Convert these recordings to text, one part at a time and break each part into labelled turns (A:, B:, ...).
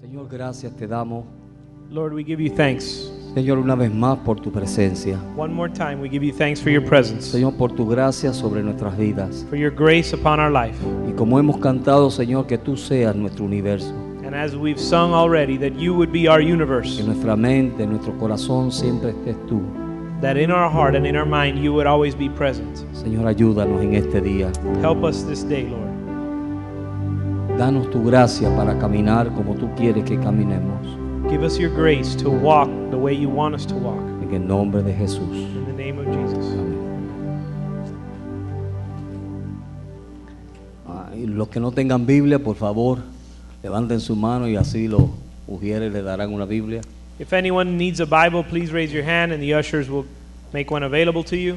A: Señor, gracias te damos.
B: Lord, we give you thanks.
A: Señor, una vez más por tu presencia.
B: One more time, we give you thanks for your presence,
A: Señor, por tu gracia sobre nuestras vidas.
B: for your grace upon our life.
A: Y como hemos cantado, Señor, que tú seas nuestro universo.
B: And as we've sung already, that you would be our
A: Que
B: universe,
A: nuestra mente, nuestro corazón siempre estés tú.
B: that in our heart and in our mind you would always be present.
A: Señor, ayúdanos en este día.
B: Help us this day, Lord.
A: Danos tu gracia para caminar como tú quieres que caminemos.
B: Give us your grace to walk the way you want us to walk.
A: En el nombre de Jesús.
B: In the name of Jesus.
A: Ah, y los que no tengan Biblia, por favor, levanten su mano y así los ujieres le darán una Biblia.
B: If anyone needs a Bible, please raise your hand and the ushers will make one available to you.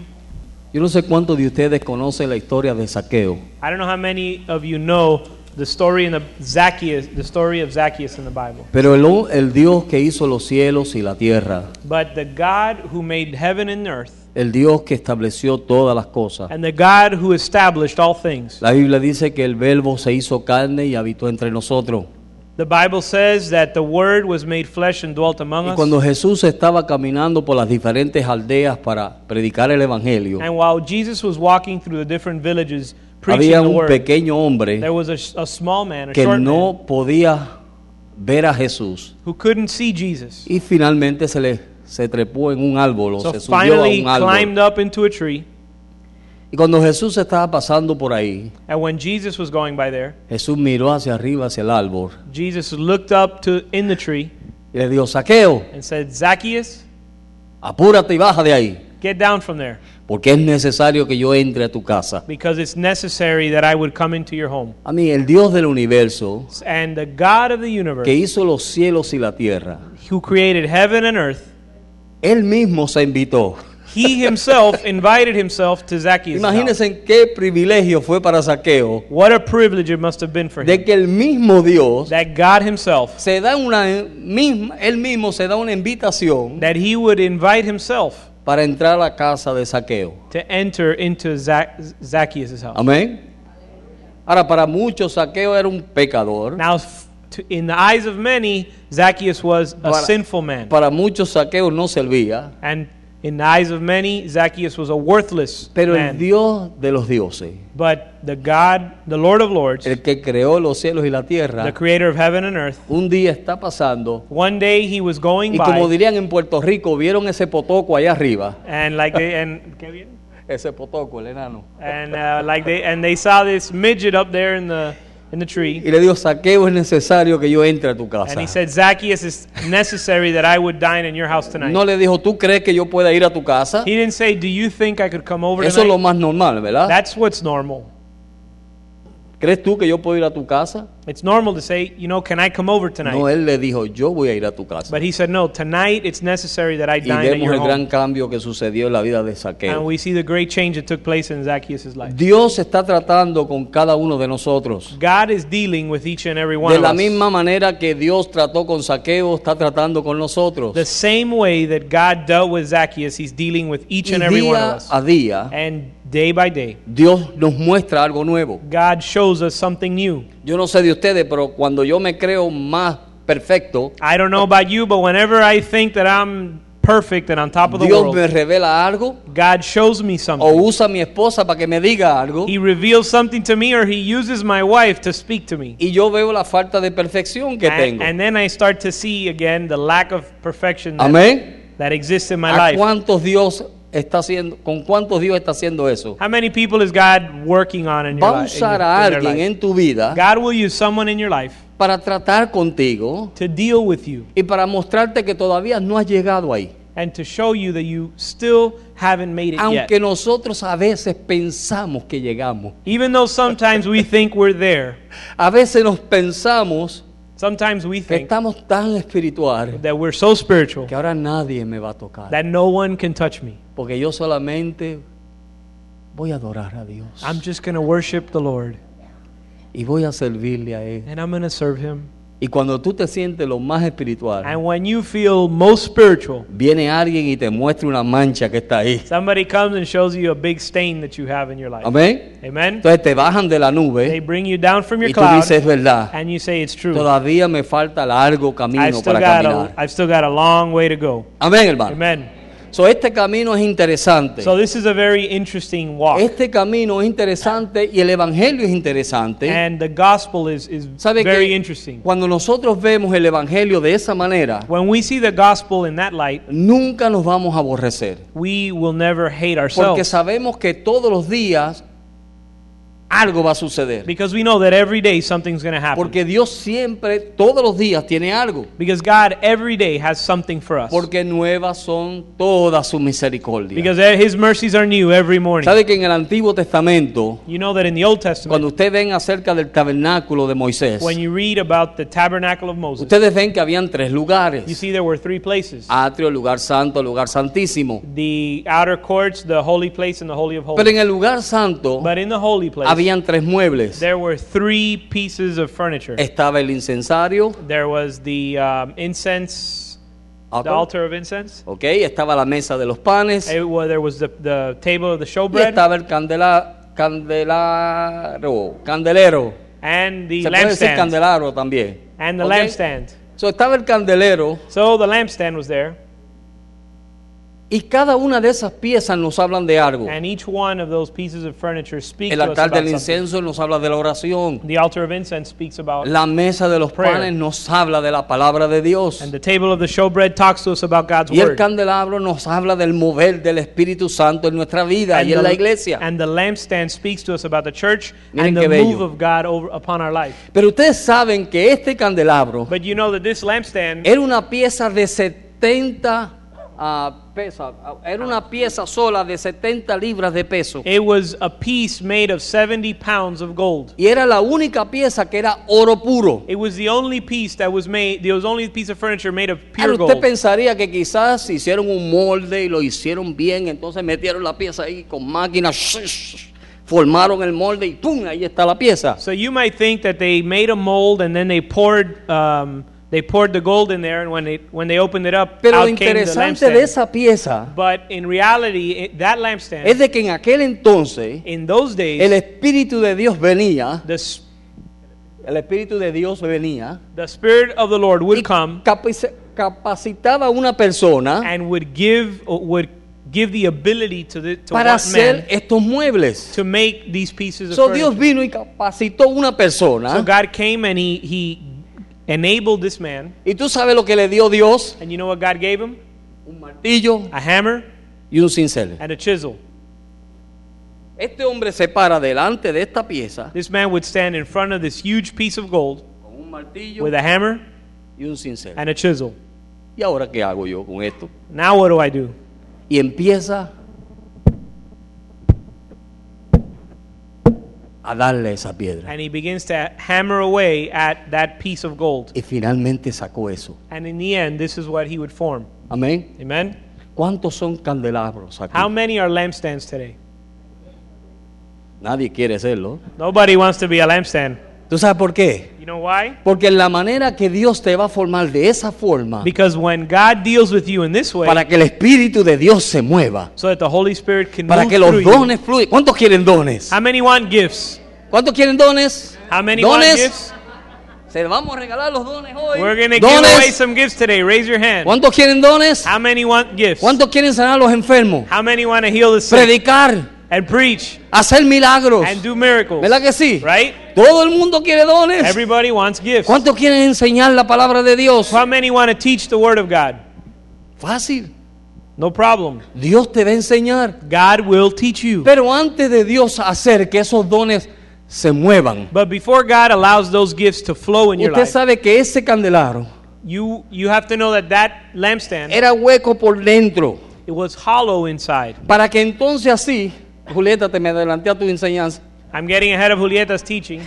A: Yo no sé cuántos de ustedes conocen la historia de Saqueo.
B: I don't know how many of you know the story in the Zacchaeus, the story of Zacchaeus in the Bible.
A: Pero el, o- el Dios que hizo los cielos y la tierra,
B: But the God who made heaven and earth,
A: el Dios que estableció todas las cosas.
B: and the God who established all things.
A: La Biblia dice que el verbo se hizo carne y habitó entre nosotros.
B: The Bible says that the Word was made flesh and dwelt among
A: Y
B: us.
A: cuando Jesús estaba caminando por las diferentes aldeas para predicar el Evangelio,
B: And while Jesus was walking through the different villages preaching
A: había
B: the
A: un
B: Word,
A: pequeño hombre
B: there was a, a small man, a
A: que
B: short man,
A: no podía ver a Jesús.
B: who couldn't see Jesus.
A: Y finalmente se le se trepó en un árbol o
B: So
A: se subió a
B: finally
A: un
B: climbed
A: árbol.
B: up into a tree.
A: Y cuando Jesús estaba pasando por ahí,
B: And when Jesus was going by there,
A: Jesús miró hacia arriba, hacia el árbol,
B: Jesus looked up to in the tree
A: y le dijo, Saqueo,
B: and said, Zacchaeus,
A: apúrate y baja de ahí,
B: get down from there,
A: porque es necesario que yo entre a tu casa.
B: because it's necessary that I would come into your home.
A: A mí, el Dios del universo,
B: And the God of the universe
A: que hizo los cielos y la tierra,
B: who created heaven and earth,
A: él mismo se invitó.
B: he himself invited himself to Zacchaeus. house.
A: Imagínense en qué privilegio fue para Saqueo
B: What a privilege it must have been for
A: de
B: him
A: que el mismo Dios
B: that God himself,
A: se da una misma, él mismo se da una invitación
B: that he would invite himself
A: para entrar a la casa de Saqueo.
B: to enter into Zac- Zacchaeus' house.
A: Amén. Ahora, para muchos Saqueo era un pecador.
B: Now, f- to, in the eyes of many, Zacchaeus was a
A: Para-
B: sinful man.
A: Para muchos Saqueo no servía,
B: And in the eyes of many, Zacchaeus was a worthless
A: pero el
B: man.
A: Dios de los dioses,
B: but the God, the Lord of Lords,
A: el que creó los cielos y la
B: the
A: tierra,
B: creator of heaven and earth,
A: un día está pasando
B: one day he was going
A: y como
B: by,
A: dirían en Puerto Rico, vieron ese potoco allá arriba,
B: and like they, and, ¿qué bien?
A: ese potoco, el enano.
B: and uh, like they, and they saw this midget up there in the in the tree.
A: Y le dijo, Saqueo es necesario que yo entre a tu casa.
B: And he said, Zacchaeus, it's necessary that I would dine in your house tonight.
A: No le dijo, ¿tú crees que yo pueda ir a tu casa?
B: he didn't say, Do you think I could come over
A: Eso es
B: tonight?
A: lo más normal, ¿verdad?
B: That's what's normal.
A: ¿Crees tú que yo puedo ir a tu casa?
B: It's normal to say, You know, can I come over tonight?
A: No, él le dijo, yo voy a ir a tu casa.
B: but he said, No, tonight it's necessary that I
A: Y
B: dine at
A: vemos
B: your
A: el
B: home.
A: gran cambio que sucedió en la vida de
B: and
A: Saqueo.
B: we see the great change that took place in Zacchaeus' life.
A: Dios está tratando con cada uno de nosotros.
B: God is dealing with each and every one
A: De
B: of
A: la
B: us.
A: misma manera que Dios trató con Saqueo, está tratando con nosotros.
B: the same way that God dealt with Zacchaeus, he's dealing with each
A: Y
B: and every one of
A: día
B: us.
A: a día,
B: And day by day,
A: Dios nos muestra algo nuevo.
B: God shows us something new.
A: Yo no sé de ustedes, pero cuando yo me creo más perfecto,
B: I don't know about you, but whenever I think that I'm perfect and on top of the
A: Dios
B: world,
A: me revela algo
B: God shows me
A: o
B: something.
A: usa a mi esposa para que me diga algo
B: He reveals something to me or he uses my wife to speak to me.
A: y yo veo la falta de perfección que
B: And,
A: tengo.
B: and then I start to see again the lack of perfection that,
A: Amén.
B: that exists in my
A: ¿A
B: life.
A: cuántos Dios está haciendo, con cuántos Dios está haciendo eso?
B: How many people is God working on in your
A: Va a
B: life? In your-
A: usar a
B: in their
A: alguien
B: life?
A: en tu vida
B: God will use someone in your life
A: para tratar contigo
B: to deal with you
A: y para mostrarte que todavía no has llegado ahí.
B: and to show you that you still haven't made it yet.
A: Aunque nosotros a veces pensamos que llegamos.
B: Even though sometimes we think we're there,
A: A veces nos pensamos
B: sometimes we
A: que
B: think
A: estamos tan espirituales
B: that we're so spiritual
A: que ahora nadie me va a tocar.
B: that no one can touch me.
A: Porque yo solamente voy a adorar a Dios.
B: I'm just going to worship the Lord
A: Y voy a servirle a Él.
B: and I'm going to serve him
A: Y cuando tú te sientes lo más espiritual,
B: And when you feel most spiritual,
A: viene alguien y te muestra una mancha que está ahí.
B: somebody comes and shows you a big stain that you have in your life.
A: Amén.
B: Amen?
A: Entonces te bajan de la
B: They
A: nube
B: bring you down from your
A: y tú
B: cloud
A: dices, es verdad,
B: and you say it's true.
A: todavía me falta largo
B: I've
A: camino
B: still,
A: para
B: got a,
A: caminar. Ah,
B: I've still got a long way to go.
A: Amén, hermano.
B: Amen.
A: So, este camino es interesante.
B: So this is a very interesting walk.
A: Este camino es interesante y el Evangelio es interesante.
B: And the gospel is, is
A: ¿Sabe
B: very
A: que
B: interesting.
A: Cuando nosotros vemos el Evangelio de esa manera,
B: When we see the gospel in that light,
A: nunca nos vamos a aborrecer.
B: we will never hate
A: Porque
B: ourselves
A: sabemos que todos los días algo va a suceder.
B: because we know that every day something's going to happen.
A: Porque Dios siempre, todos los días, tiene algo.
B: Because God every day has something for us.
A: Porque nuevas son todas sus misericordias.
B: Because eh, his mercies are new every morning.
A: ¿Sabe que en el Antiguo Testamento,
B: You know that in the Old Testament,
A: cuando ustedes ven acerca del tabernáculo de Moisés,
B: when you read about the tabernacle of Moses,
A: ustedes ven que habían tres
B: you
A: lugares.
B: see there were three places.
A: Atrio, lugar santo, lugar santísimo.
B: The outer courts, the holy place, and the holy of
A: Pero
B: holies.
A: en el lugar santo
B: But in the holy place,
A: habían tres muebles.
B: there were three pieces of furniture.
A: Estaba el incensario,
B: There was the um, incense, the altar of incense.
A: ok, estaba la mesa de los panes
B: It wa- there was the, the table of the
A: y
B: showbread
A: estaba el candela, candelaro, candelero.
B: and the
A: Se puede decir
B: lampstand.
A: candelaro también.
B: And the
A: ok.
B: lampstand.
A: So, estaba el candelero
B: So the lampstand was there,
A: y cada una de esas piezas nos hablan de algo.
B: and each one of those pieces of furniture speaks
A: El
B: to us
A: altar
B: about
A: del
B: something.
A: incenso nos habla de la oración.
B: The altar of incense speaks about,
A: La mesa de los
B: Prayer.
A: panes nos habla de la palabra de Dios.
B: and the table of the showbread talks to us about God's
A: Y el
B: word.
A: candelabro nos habla del mover del Espíritu Santo en nuestra vida y en la iglesia.
B: and the lampstand speaks to us about the church
A: Miren
B: and
A: qué
B: the
A: bello.
B: move of God over, upon our life.
A: Pero ustedes saben que este candelabro
B: But you know that this lampstand
A: era una pieza de 70 ah, pesa- ah, era una pieza sola de 70 libras de peso
B: It was a piece made of 70 pounds of gold.
A: y era la única pieza que era oro puro.
B: It was the only piece that was made, it was the only piece of furniture made of
A: Ahora,
B: pure
A: usted
B: gold.
A: pensaría que quizás hicieron un molde y lo hicieron bien, entonces metieron la pieza ahí con máquinas, formaron el molde y ¡pum! Ahí está la pieza.
B: So you might think that they made a mold and then they poured, um, they poured the gold in there, and when they, when they opened it up,
A: Pero lo
B: out came the
A: interesante de
B: lampstand.
A: esa pieza
B: But in reality, it, that lampstand,
A: es de que en aquel entonces
B: in those days,
A: el Espíritu de Dios venía,
B: the, s-
A: el Espíritu de Dios venía
B: the Spirit of the Lord
A: y
B: would come
A: capaci- capacitaba a una persona
B: and would give, uh, would give the ability to, the, to
A: para
B: one
A: hacer
B: man
A: estos muebles.
B: to make these pieces of
A: So
B: furniture.
A: Dios vino y capacitó una
B: So
A: persona.
B: God came and he, he enabled this man.
A: Y tú sabes lo que le dio Dios:
B: And you know what God gave him?
A: un martillo
B: A hammer
A: y un cincel.
B: and a chisel.
A: Este hombre se para delante de esta pieza
B: This man would stand in front of this huge piece of gold
A: con un martillo
B: with a hammer
A: y un cincel.
B: and a chisel.
A: ¿Y ahora qué hago yo con esto?
B: Now what do I do?
A: Y empieza a darle esa piedra.
B: And he begins to hammer away at that piece of gold.
A: Y finalmente sacó eso.
B: And in the end, this is what he would form.
A: Amén.
B: Amen?
A: ¿Cuántos son candelabros aquí?
B: How many are lampstands today?
A: Nadie quiere serlo.
B: Nobody wants to be a lampstand.
A: ¿Tú sabes por qué?
B: You know why?
A: Porque la manera que Dios te va a formar de esa forma,
B: Because when God deals with you in this way,
A: para que el Espíritu de Dios se mueva,
B: so that the Holy Spirit can
A: para
B: move
A: que
B: through
A: los
B: you.
A: dones fluyan. ¿Cuántos quieren dones?
B: How many want gifts?
A: ¿Cuántos quieren dones?
B: How many want
A: ¿Dones?
B: gifts?
A: Se les vamos a regalar los dones
B: We're
A: hoy.
B: gonna give away
A: ¿Dones?
B: some Ah. gifts today. Raise your hand.
A: ¿Cuántos quieren dones?
B: How many want gifts?
A: ¿Cuántos quieren sanar a los enfermos?
B: How many want to heal the sick
A: Predicar,
B: and preach
A: hacer milagros.
B: and do miracles?
A: ¿Verdad que sí?
B: Right?
A: Todo el mundo quiere dones.
B: Everybody wants gifts.
A: ¿Cuántos quieren enseñar la palabra de Dios?
B: How many want to teach the word of God?
A: Fácil.
B: No problem.
A: Dios te va a enseñar.
B: God will teach you.
A: Pero antes de Dios hacer que esos dones se muevan,
B: But before God allows those gifts to flow in your
A: usted
B: life,
A: sabe que ese candelabro
B: you you have to know that that lampstand
A: era hueco por dentro.
B: it was hollow inside.
A: Para que entonces así, Julieta, te me adelanté a tu enseñanza.
B: I'm getting ahead of Julieta's teaching.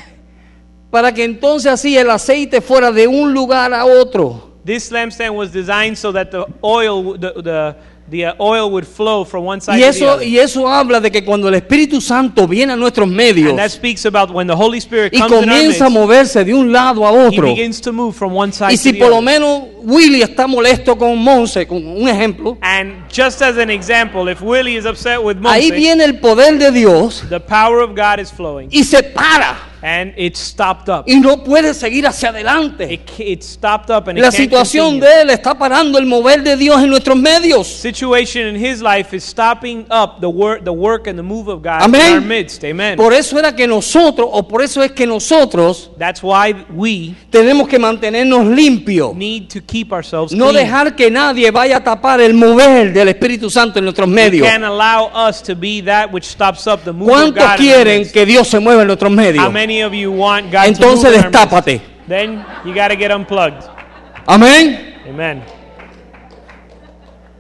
A: Para que entonces así el aceite fuera de un lugar a otro.
B: This lampstand was designed so that the oil, the, the, the uh, oil would flow from one side
A: Y
B: to the
A: eso,
B: other.
A: y eso habla de que cuando el Espíritu Santo viene a nuestros
B: and that
A: medios
B: speaks about when the Holy Spirit
A: y
B: comes in our midst,
A: comienza a moverse de un lado a
B: he
A: otro,
B: begins to move from one side
A: y si
B: to the
A: por lo
B: other.
A: menos Willy está molesto con Monse, con un
B: Ah,
A: ejemplo,
B: And just as an example, if Willie is upset with
A: ahí
B: Moses,
A: viene el poder de Dios
B: the power of God is flowing.
A: y se para
B: And it's stopped up.
A: y no puede seguir hacia adelante.
B: It, ca- it's stopped up and it
A: La
B: can't
A: situación
B: continue.
A: de él está parando el mover de Dios en nuestros medios.
B: situation in his life is stopping up the work the work and the move of God
A: Amén.
B: in our midst. Amen.
A: Por eso era que nosotros, o por eso es que nosotros
B: That's why we
A: tenemos que mantenernos limpios.
B: need to keep ourselves
A: No
B: clean.
A: dejar que nadie vaya a tapar el mover del Espíritu Santo en nuestros medios.
B: Can't allow us to be that which stops up the move of
A: ¿Cuántos
B: God. in our
A: quieren
B: midst?
A: que Dios se mueva en nuestros medios?
B: How many of you want God to
A: Entonces
B: move in our midst?
A: destápate.
B: Then you got to get unplugged.
A: Amén.
B: Amen.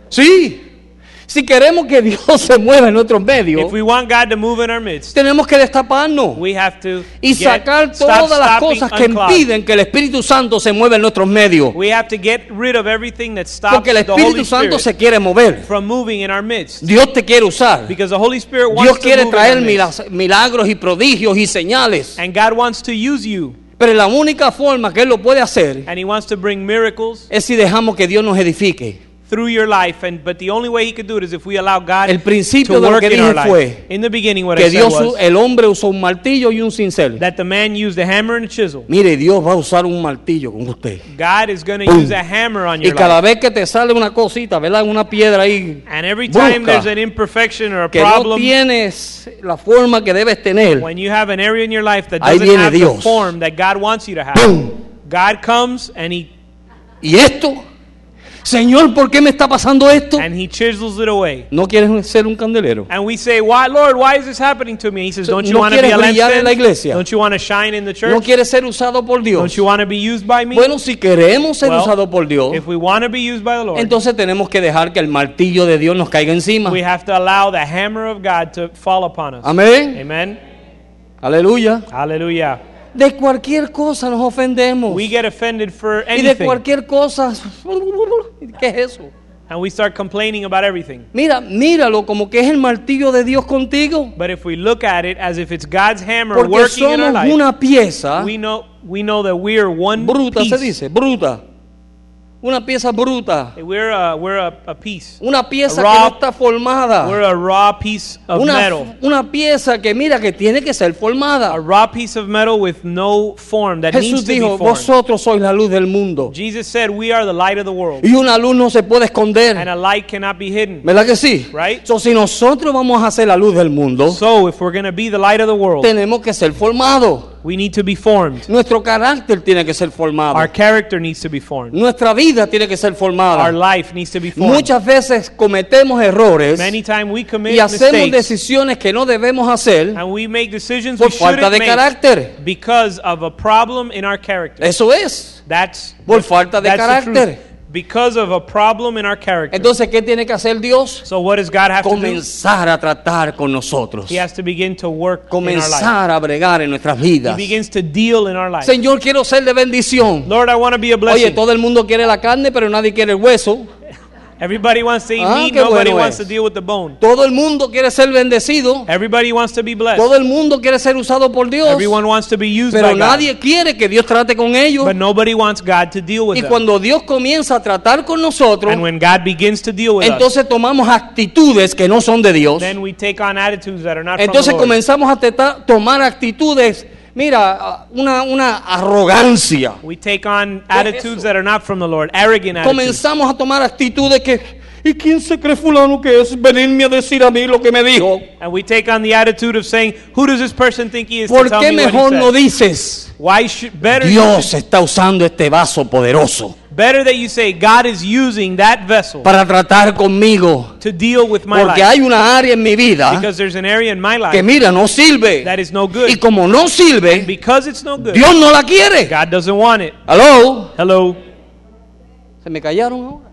A: Sí. Si queremos que Dios se mueva en nuestros medios,
B: If we want God to move in our midst,
A: tenemos que destaparnos
B: we have to
A: y
B: get,
A: sacar
B: stop
A: todas las
B: stopping,
A: cosas que
B: unclog.
A: impiden que el Espíritu Santo se mueva en nuestros medios.
B: We have to get rid of everything that stops
A: Porque el
B: the Holy
A: Espíritu Santo
B: Spirit
A: se quiere mover.
B: from moving in our midst.
A: Dios te quiere usar.
B: Because the Holy Spirit wants
A: Dios quiere
B: to move in our
A: traer
B: midst.
A: milas- milagros y prodigios y señales.
B: And God wants to use you.
A: Pero la única forma que Él lo puede hacer
B: And He wants to bring miracles
A: es si dejamos que Dios nos edifique.
B: through your life. And but the only way He could do it is if we allow God
A: El principio
B: to
A: de lo
B: work
A: que
B: in our
A: dije
B: life.
A: fue
B: in the beginning, what
A: Que
B: I said
A: Dios,
B: was
A: el hombre usó un martillo y un cincel.
B: that the man used a hammer and a chisel.
A: Mire, Dios va a usar un martillo con usted.
B: God is going to
A: Boom.
B: use a hammer on
A: Y
B: your
A: cada
B: life.
A: vez que te sale una cosita, ¿verdad? Una piedra ahí
B: And every time
A: Busca.
B: there's an imperfection or a
A: que no
B: problem,
A: tienes la forma que debes tener.
B: when you have an area in your life that
A: Ahí
B: doesn't
A: viene
B: have the
A: Dios.
B: form that God wants you to have,
A: Boom.
B: God comes and He
A: ¿Y esto? Señor, ¿por qué me está pasando esto?
B: and He chisels it away.
A: ¿No quieres ser un candelero?
B: And we say, "Why, Lord? Why is this happening to me?" He says,
A: So,
B: "Don't you
A: ¿no
B: want to be a
A: quieres brillar en la
B: lampstand?
A: iglesia?
B: Don't you want to shine in the church?
A: ¿No quieres ser usado por
B: Don't
A: Dios?
B: you want to be used by me?"
A: Bueno, si queremos ser
B: Well,
A: usados por Dios,
B: If we want to be used by the Lord,
A: entonces ah. tenemos que dejar que el martillo de Dios nos caiga encima.
B: we have to allow the hammer of God to fall upon us.
A: Amén.
B: Amen.
A: Aleluya.
B: Hallelujah.
A: De cualquier cosa nos ofendemos.
B: We get offended for
A: Y de
B: anything,
A: cualquier cosa. ¿Qué es eso?
B: and we start complaining about everything.
A: Mira, míralo como que es el martillo de Dios contigo.
B: But if we look at it as if it's God's hammer
A: Porque
B: working in our
A: somos
B: life,
A: una pieza
B: we know we know that we are one
A: bruta, se
B: piece.
A: dice, bruta. Una pieza bruta.
B: We're a, we're a, a piece.
A: Una pieza que
B: Raw.
A: no está formada.
B: We're a raw piece of metal.
A: Una, una pieza que mira que tiene que ser
B: A
A: formada.
B: raw piece of metal with no form that needs
A: Jesús
B: to
A: dijo,
B: be formed.
A: vosotros sois la luz del mundo.
B: Jesus said, "We are the light of the world,
A: Y una luz no se puede
B: and
A: esconder.
B: a light cannot be hidden."
A: ¿Verdad que sí?
B: Right.
A: So, si nosotros vamos a ser la luz del mundo,
B: So, if we're going to be the light of the world,
A: tenemos que ser formados.
B: we need to be formed.
A: Nuestro carácter tiene que ser formado.
B: Our character needs to be formed.
A: Nuestra vida tiene que ser
B: Our
A: formada.
B: life needs to be formed.
A: Muchas veces cometemos errores
B: Many times we commit
A: y hacemos
B: mistakes
A: decisiones que no debemos hacer
B: and we make decisions we
A: por falta
B: shouldn't
A: de
B: make
A: carácter.
B: because of a problem in our character.
A: Eso es.
B: That's
A: Por falta de
B: that's the
A: carácter.
B: truth. Because of a problem in our character.
A: Entonces, ¿qué tiene que hacer Dios?
B: So what does God have to do?
A: Comenzar a tratar con nosotros.
B: He has to begin to work in our life.
A: Comenzar a bregar en nuestras
B: He
A: vidas.
B: begins to deal in our life.
A: Señor, quiero ser de bendición.
B: Lord, I want to be a
A: Oye,
B: blessing.
A: todo el mundo quiere la carne, pero nadie quiere el hueso.
B: Everybody wants to eat
A: Ah,
B: meat.
A: qué
B: Nobody
A: bueno
B: wants
A: es.
B: to deal with the bone.
A: Todo el mundo quiere ser bendecido.
B: Everybody wants to be blessed.
A: Todo el mundo quiere ser usado por Dios.
B: Everyone wants to be used by
A: Pero
B: God,
A: nadie quiere que Dios trate con ellos.
B: but nobody wants God to deal with
A: Y
B: them.
A: cuando Dios comienza a tratar con nosotros,
B: and when God begins to deal with us,
A: entonces tomamos actitudes que no son de Dios.
B: then we take on attitudes that are not
A: Entonces
B: from the Lord.
A: comenzamos a teta- tomar actitudes, mira, una, una arrogancia.
B: We take on
A: es
B: attitudes
A: eso?
B: that are not from the Lord, arrogant attitudes.
A: Comenzamos a tomar actitudes que, ¿y quién se cree fulano que es venirme a decir a mí lo que me dijo?
B: And we take on the attitude of saying, who does this person think he is
A: ¿Por
B: to tell
A: qué
B: me
A: mejor
B: what he
A: no
B: said?
A: dices?
B: Why should better you
A: Dios
B: should-
A: está usando este vaso poderoso
B: better that you say God is using that vessel
A: para tratar conmigo.
B: to deal with my
A: Porque
B: life
A: hay una área en mi vida
B: because there's an area in my
A: Ah. que
B: life
A: mira, no sirve.
B: that is no
A: Y
B: good.
A: como no sirve,
B: Because it's no good,
A: Dios no la quiere.
B: God doesn't want it.
A: ¿Aló?
B: Hello,
A: ¿Se me callaron ahora?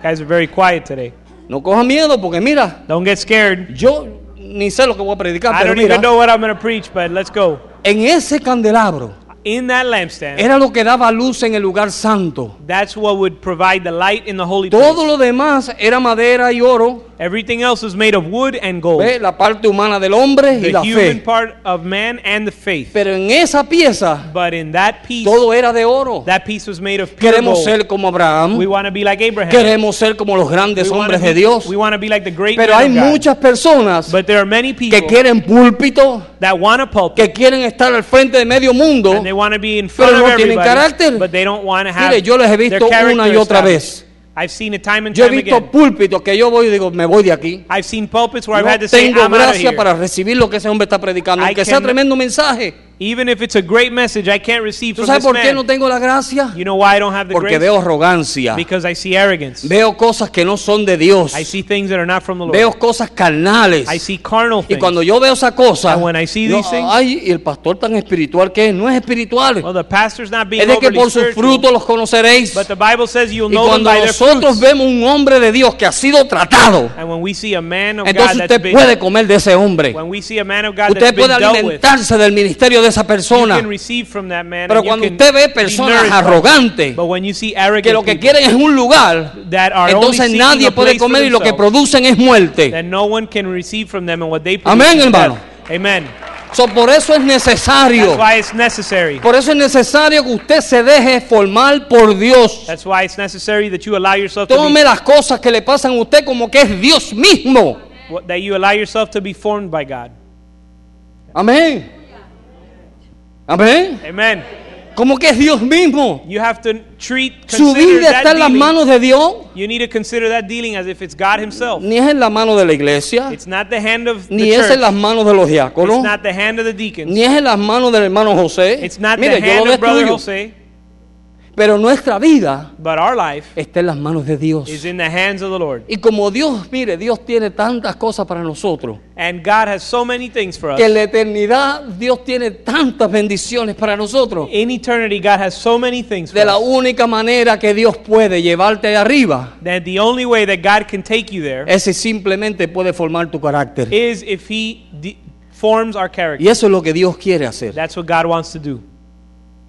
B: guys are very quiet today.
A: No coja miedo porque mira,
B: Don't get scared.
A: Yo ni sé lo que voy a predicar,
B: I
A: Ah, pero
B: don't
A: mira,
B: even know what I'm going to preach, but let's go.
A: en ese candelabro
B: in that lampstand,
A: Era lo que daba luz en el lugar santo.
B: that's what would provide the light in the holy
A: Todo
B: place.
A: lo demás era madera y oro.
B: Everything else was made of wood and gold.
A: ¿Ve? La parte humana del hombre y
B: The
A: la
B: human
A: fe.
B: part of man and the faith.
A: Pero en esa pieza
B: But in that piece,
A: todo era de oro.
B: that piece was made of pure
A: Queremos
B: gold.
A: ser como
B: We
A: Abraham.
B: want to be like Abraham.
A: Queremos ser como los
B: We
A: grandes
B: wanna
A: hombres
B: be-
A: de Dios.
B: we wanna be like the great
A: Pero hay
B: men of God.
A: muchas personas
B: But there are many people
A: que quieren púlpito,
B: that want a pulpit
A: que quieren estar al frente de medio mundo.
B: and they want to be in front
A: no
B: of
A: tienen
B: everybody,
A: carácter.
B: but they don't want to have
A: Mire, yo los he
B: their
A: visto
B: character
A: una y otra
B: established.
A: vez.
B: I've seen it time and
A: Yo he
B: time
A: visto
B: again.
A: púlpitos que yo voy y digo, me voy de aquí.
B: I've seen pulpits where I've had
A: No
B: to say,
A: tengo
B: I'm out of
A: gracia
B: here.
A: para recibir lo que ese hombre está predicando,
B: I
A: aunque sea
B: cannot-
A: tremendo mensaje.
B: Even if it's a great message, I can't receive
A: ¿Tú
B: from
A: sabes
B: this
A: por qué
B: man.
A: no tengo la gracia?
B: You know why I don't have the
A: Porque
B: grace?
A: veo arrogancia,
B: Because I see arrogance.
A: veo cosas que no son de Dios,
B: I see things that are not from the Lord.
A: veo cosas carnales.
B: I see carnal
A: Y
B: things.
A: cuando yo veo esa cosa,
B: And when I see
A: no,
B: these things-
A: ay, y el pastor tan espiritual que es, no es espiritual.
B: well, the pastor's not being
A: Es de que
B: overly
A: por sus
B: spiritual,
A: frutos los conoceréis.
B: but the Bible says you'll
A: Y
B: know them
A: cuando
B: by their
A: nosotros
B: fruits.
A: vemos un hombre de Dios que ha sido tratado,
B: and when we see a man of God
A: entonces
B: that's
A: usted
B: been,
A: puede comer de ese hombre.
B: when we see a man of God
A: Usted
B: that's been
A: puede
B: dealt with,
A: alimentarse del ministerio de esa
B: you
A: persona.
B: can receive from that man.
A: Pero
B: and you
A: cuando
B: can
A: usted ve
B: be
A: personas
B: nourished by him.
A: arrogantes
B: But when you see
A: que
B: arrogant
A: lo que
B: people
A: quieren es un lugar,
B: that are only
A: entonces
B: seeking
A: nadie
B: a
A: puede
B: place for
A: comer y lo que
B: themselves,
A: producen es muerte.
B: then no one can receive from them and what they produce.
A: Amén,
B: is
A: hermano.
B: death. Amen.
A: So, por eso es necesario,
B: That's why it's necessary.
A: por eso es necesario que usted se deje formar por Dios.
B: That's why it's necessary that you allow yourself to
A: Tome
B: be,
A: las cosas que le pasan a usted como que es Dios mismo.
B: what- that you allow yourself to be formed by God.
A: Amén. Amén.
B: Amen.
A: Como que es Dios mismo.
B: You have to treat
A: Su
B: consider
A: vida
B: that
A: está en las
B: dealing-
A: manos de Dios.
B: You need to consider that dealing as if it's God Himself.
A: Ni es en la mano de la iglesia,
B: It's not the hand of the
A: ni es
B: church.
A: en las manos de los
B: It's
A: diáconos.
B: not the hand of the deacons.
A: ni es en las manos del hermano José.
B: It's not
A: Mire,
B: the
A: yo
B: hand
A: lo
B: of brother
A: destruyo.
B: Jose.
A: Pero nuestra vida
B: But our life
A: está en las manos de Dios.
B: is in the hands of the Lord.
A: Y como Dios, mire, Dios tiene tantas cosas para nosotros.
B: And God has so many things for us.
A: Que en la eternidad Dios tiene tantas bendiciones para nosotros.
B: In eternity, God has so many things for
A: De la
B: us.
A: única manera que Dios puede llevarte de arriba
B: That the only way that God can take you there
A: es si simplemente puede formar tu carácter.
B: is if He de- forms our character.
A: Y eso es lo que Dios quiere hacer.
B: That's what God wants to do.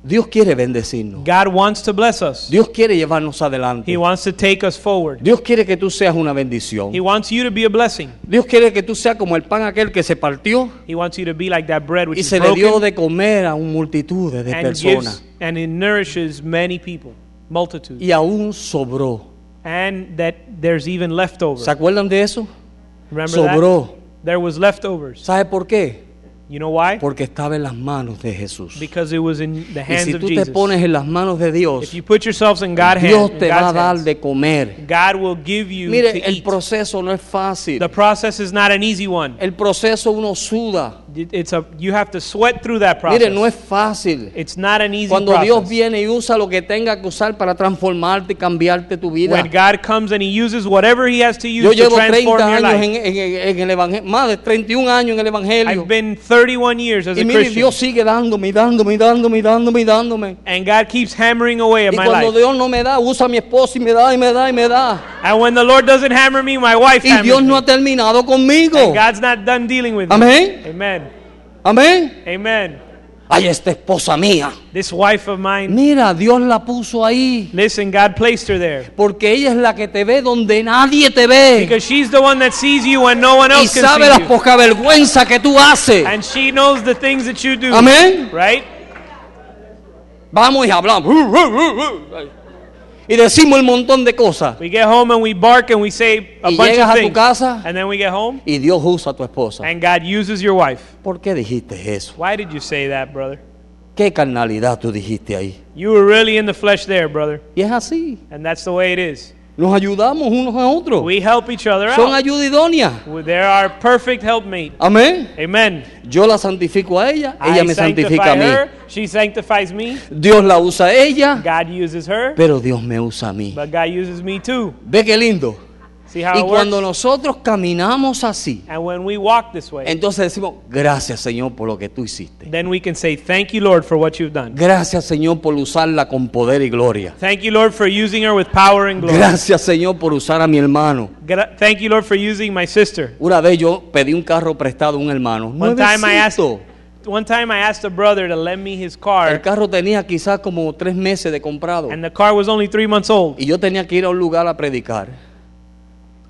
A: Dios quiere bendecirnos.
B: God wants to bless us.
A: Dios quiere llevarnos adelante.
B: He wants to take us forward.
A: Dios quiere que tú seas una bendición.
B: He wants you to be a blessing.
A: Dios quiere que tú seas como el pan aquel que se partió
B: He wants you to be like that bread which
A: y
B: is
A: se le dio
B: broken
A: de comer a un multitud de
B: and gives
A: personas
B: and it nourishes many people, multitudes,
A: y aún sobró.
B: and that there's even
A: ¿Se
B: leftovers.
A: acuerdan de eso?
B: Remember that
A: Sobró.
B: there was leftovers.
A: ¿Sabe por qué?
B: You know why?
A: Porque estaba en las manos de Jesús.
B: Because it was in the
A: Y
B: hands
A: si
B: of
A: tú te
B: Jesus.
A: pones en las manos de
B: If
A: Dios,
B: you put yourselves in God hand,
A: Dios
B: in
A: te va a
B: God's
A: dar
B: hands,
A: de comer.
B: God will give you
A: Mire,
B: to
A: el
B: eat.
A: proceso no es fácil.
B: The process is not an easy one.
A: El proceso uno suda.
B: It- It's a you have to sweat through that process.
A: Mire, no es fácil.
B: It's not an easy
A: Cuando
B: process.
A: Dios viene y usa lo que tenga que usar para transformarte y cambiarte tu vida.
B: When God comes and He uses whatever He has to use
A: Yo
B: to
A: llevo
B: transform
A: 30
B: your
A: años
B: life.
A: en, en- en- en el Evangelio, más de 31 años en el Evangelio.
B: I've been 31 years as
A: Y
B: a
A: mire,
B: Christian,
A: Dios sigue dándome, y dándome, y dándome, y dándome, y dándome.
B: and God keeps hammering away at
A: Y
B: my
A: cuando
B: life.
A: Dios no me da, usa a mi esposa y me da, y me da, y me da.
B: And when the Lord doesn't hammer me, my wife
A: Y
B: hammers
A: Dios no
B: me.
A: ha terminado conmigo.
B: And God's not done dealing with me.
A: Amén.
B: Amen.
A: Amén.
B: Amen.
A: Ay, esta esposa mía.
B: This wife of mine,
A: Mira, Dios la puso ahí.
B: listen, God placed her there
A: Porque ella es la que te ve donde nadie te ve.
B: because she's the one that sees you when no one
A: Y
B: else can
A: sabe las
B: see you,
A: poca vergüenza que tú haces.
B: and she knows the things that you do.
A: Amén.
B: Right?
A: Vamos y hablamos. Uh, Y decimos el montón de cosas.
B: We get home and we bark and we say a
A: Y
B: bunch
A: llegas
B: of
A: a tu
B: things,
A: casa.
B: and then we get home
A: Y Dios usa a tu esposa.
B: and God uses your wife.
A: ¿Por qué dijiste eso?
B: Why did you say that, brother?
A: ¿Qué carnalidad tú dijiste ahí?
B: You were really in the flesh there, brother.
A: Y es así.
B: And that's the way it is.
A: Nos ayudamos unos a otros.
B: We help each other
A: Son
B: out.
A: ayuda idónea.
B: They're our perfect helpmate.
A: Amén.
B: Amen.
A: Yo la santifico a ella, ella
B: I
A: me santifica a
B: sanctify
A: mí.
B: her. She sanctifies me.
A: Dios la usa a ella,
B: God uses her.
A: pero Dios me usa a mí.
B: But God uses me too.
A: Ve qué lindo.
B: See how
A: Y
B: it
A: cuando
B: works?
A: nosotros caminamos así,
B: And when we walk this way,
A: entonces decimos, gracias Señor por lo que tú hiciste.
B: then we can say, Thank you, Lord, for what you've done.
A: Gracias Señor por usarla con poder y gloria.
B: Thank you, Lord, for using her with power and glory.
A: Gracias Señor por usar a mi hermano.
B: Gra- Thank you, Lord, for using my sister.
A: Una vez yo pedí un carro prestado a un hermano.
B: One time I asked,
A: Nuevecito.
B: one time I asked a brother to lend me his
A: El
B: car,
A: carro tenía quizás como tres meses de comprado.
B: and the car was only three months old,
A: Y yo tenía que ir a un lugar a predicar.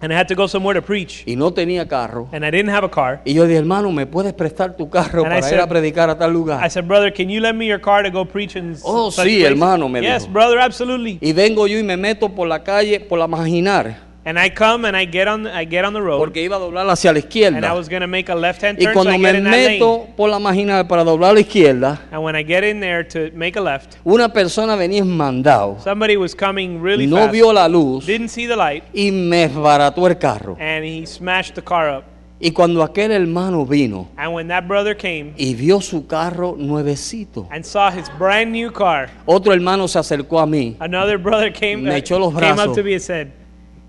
B: and I had to go somewhere to preach,
A: Y no tenía carro.
B: and I didn't have a car.
A: Y yo dije, hermano, ¿me puedes prestar tu carro
B: And I
A: para ir
B: said-
A: a predicar a tal
B: I
A: lugar?
B: said, brother, can you lend me your car to go preach in s-
A: Ah. Oh,
B: such
A: sí,
B: place?"
A: hermano, me
B: Yes,
A: dijo.
B: brother, absolutely.
A: Y vengo yo y me meto por la calle, por la marginal,
B: And I come and I get on, I get on the road,
A: porque iba a doblar hacia la
B: Oh. and I
A: izquierda.
B: was gonna make a left-hand
A: Y
B: turn, so I
A: cuando
B: get
A: me
B: in that lane.
A: meto por la marginal para doblar a la izquierda,
B: And when I get in there to make a left,
A: una persona venía esmandado,
B: somebody was coming really
A: no
B: fast,
A: vio la luz
B: didn't see the light,
A: y me esbarató el carro.
B: and he smashed the car up.
A: Y cuando aquel hermano vino
B: And when that brother came
A: y vio su carro nuevecito,
B: and saw his brand new car,
A: otro hermano se acercó a mí
B: another brother came, uh,
A: Me echó los
B: came up
A: brazos.
B: to me and said,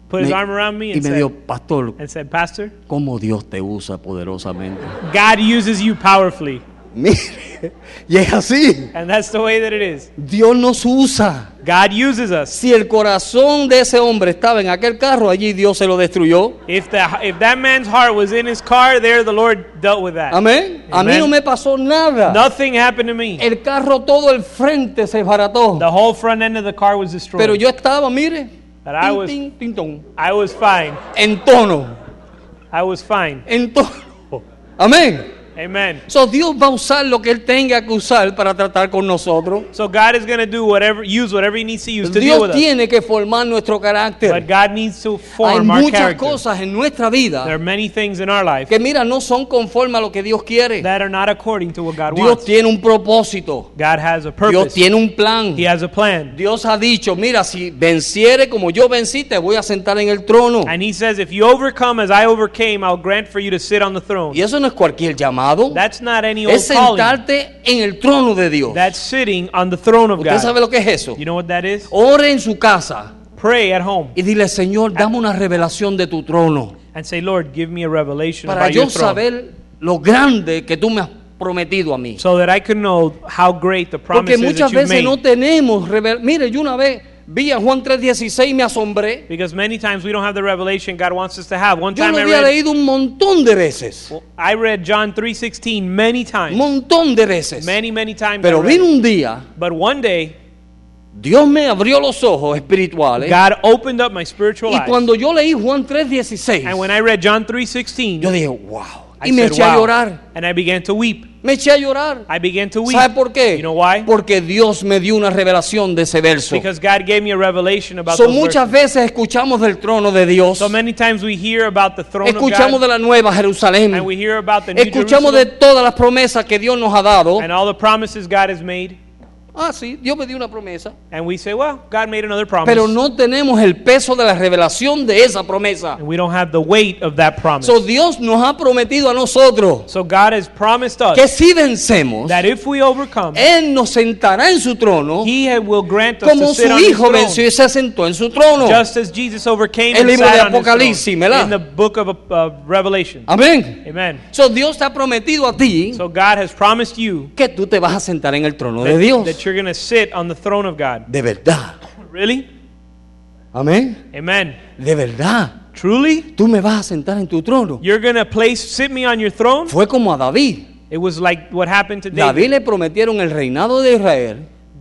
B: put his
A: me-
B: arm around me
A: y
B: and
A: me
B: said, "Eh,
A: dijo, pastor,
B: and said, Pastor,
A: ¿cómo Dios te usa poderosamente?
B: God uses you powerfully.
A: Mire, y es así,
B: And that's the way that it is.
A: Dios nos usa.
B: God uses us.
A: Si el corazón de ese hombre estaba en aquel carro, allí Dios se lo destruyó.
B: If, the, if that man's heart was in his car, there the Lord dealt with that.
A: Amén. A mí
B: Amen.
A: no me pasó nada.
B: Nothing happened to me.
A: El carro todo el frente se barató.
B: The whole front end of the car was destroyed.
A: Pero yo estaba, mire,
B: But I
A: tin,
B: was-
A: tin, tin, ton,
B: I was fine.
A: en tono,
B: I was fine.
A: en
B: Oh.
A: tono. Amén.
B: Amen.
A: So, Dios va a usar lo que Él tenga que usar para tratar con nosotros.
B: So God is going to do whatever, use whatever He needs to use to deal
A: Dios
B: with us.
A: tiene que formar nuestro
B: But
A: carácter.
B: God needs to
A: Hay
B: form our
A: muchas
B: character.
A: cosas en nuestra
B: There
A: vida
B: are many things in our life
A: que, mira, no son conforme a lo que Dios quiere.
B: that are not according to what God
A: Dios
B: wants.
A: tiene un propósito.
B: God has a
A: Dios
B: purpose.
A: tiene un plan.
B: He has a plan.
A: Dios ha dicho, mira, si venciere como yo vencí, te voy a sentar en el trono.
B: And He says, if you overcome as I overcame, I'll grant for you to sit on the throne.
A: Y eso no es cualquier llamado.
B: That's not any old
A: Es
B: calling.
A: sentarte en el trono de Dios.
B: That's sitting on the throne of
A: ¿Usted sabe
B: God.
A: lo que Oh. es eso?
B: You know what that is?
A: Ore en su casa
B: Pray at home
A: y dile, Señor, dame una revelación de tu trono
B: and say, Lord, give me a revelation
A: para
B: about your
A: yo
B: throne
A: saber lo grande que tú me has prometido a mí.
B: so that I can know how great the
A: Porque
B: promises
A: muchas
B: that you
A: veces no
B: made.
A: tenemos revel- Mire, yo una vez vi a Juan 3.16 y me asombré.
B: Because many times we don't have the revelation God wants us to have. One
A: Yo
B: time
A: lo
B: I
A: había
B: read,
A: leído un montón de veces.
B: well, I read John 3.16 many times.
A: montón de veces.
B: Many, many times. I
A: Pero
B: read
A: vino
B: it.
A: un día,
B: But one day,
A: Dios me abrió los ojos espirituales.
B: God opened up my spiritual
A: Y
B: eyes.
A: cuando yo leí Juan
B: And when
A: 3.16,
B: I read John 3.16,
A: yo dije, wow.
B: I
A: Y me
B: said,
A: eché a
B: "Wow."
A: llorar.
B: And I began to weep.
A: Me eché a llorar.
B: I began to weep.
A: ¿Sabe por qué?
B: You know why?
A: Porque Dios me dio una revelación de ese verso.
B: Because God gave me a revelation about
A: So,
B: those
A: muchas
B: verses.
A: veces escuchamos del trono de Dios.
B: So many times we hear about the throne of
A: Escuchamos de
B: God.
A: la nueva
B: And we
A: Jerusalén.
B: hear about the new
A: Escuchamos de
B: Jerusalem.
A: todas las promesas que Dios nos ha dado.
B: And all the promises God has made.
A: Ah, sí, Dios me dio una promesa.
B: And we say, well, God made another promise.
A: Pero no tenemos el peso de la revelación de esa promesa.
B: And we don't have the weight of that promise.
A: So Dios nos ha prometido a nosotros
B: So God has promised
A: que Eh,
B: us
A: si vencemos,
B: that if we overcome,
A: Él nos sentará en su trono
B: He ha- will grant us
A: como
B: to sit
A: su
B: on His
A: Hijo
B: throne,
A: venció y se sentó en su trono.
B: just as Jesus overcame
A: El
B: and
A: libro
B: sat
A: de
B: on his throne,
A: Apocalipsis, ¿verdad?
B: in the book of uh, Revelation.
A: Amén.
B: Amen.
A: So Dios te ha prometido a ti
B: So God has promised you
A: que tú te vas a sentar en el trono de
B: that,
A: Dios.
B: that you're going to sit on the throne of God.
A: De verdad.
B: Really?
A: Amén.
B: Amen.
A: De verdad.
B: Truly?
A: Tú me vas a sentar en tu trono.
B: You're going to place sit me on your throne?
A: Fue como a David.
B: It was like what happened to David.
A: David le prometieron el reinado de Israel,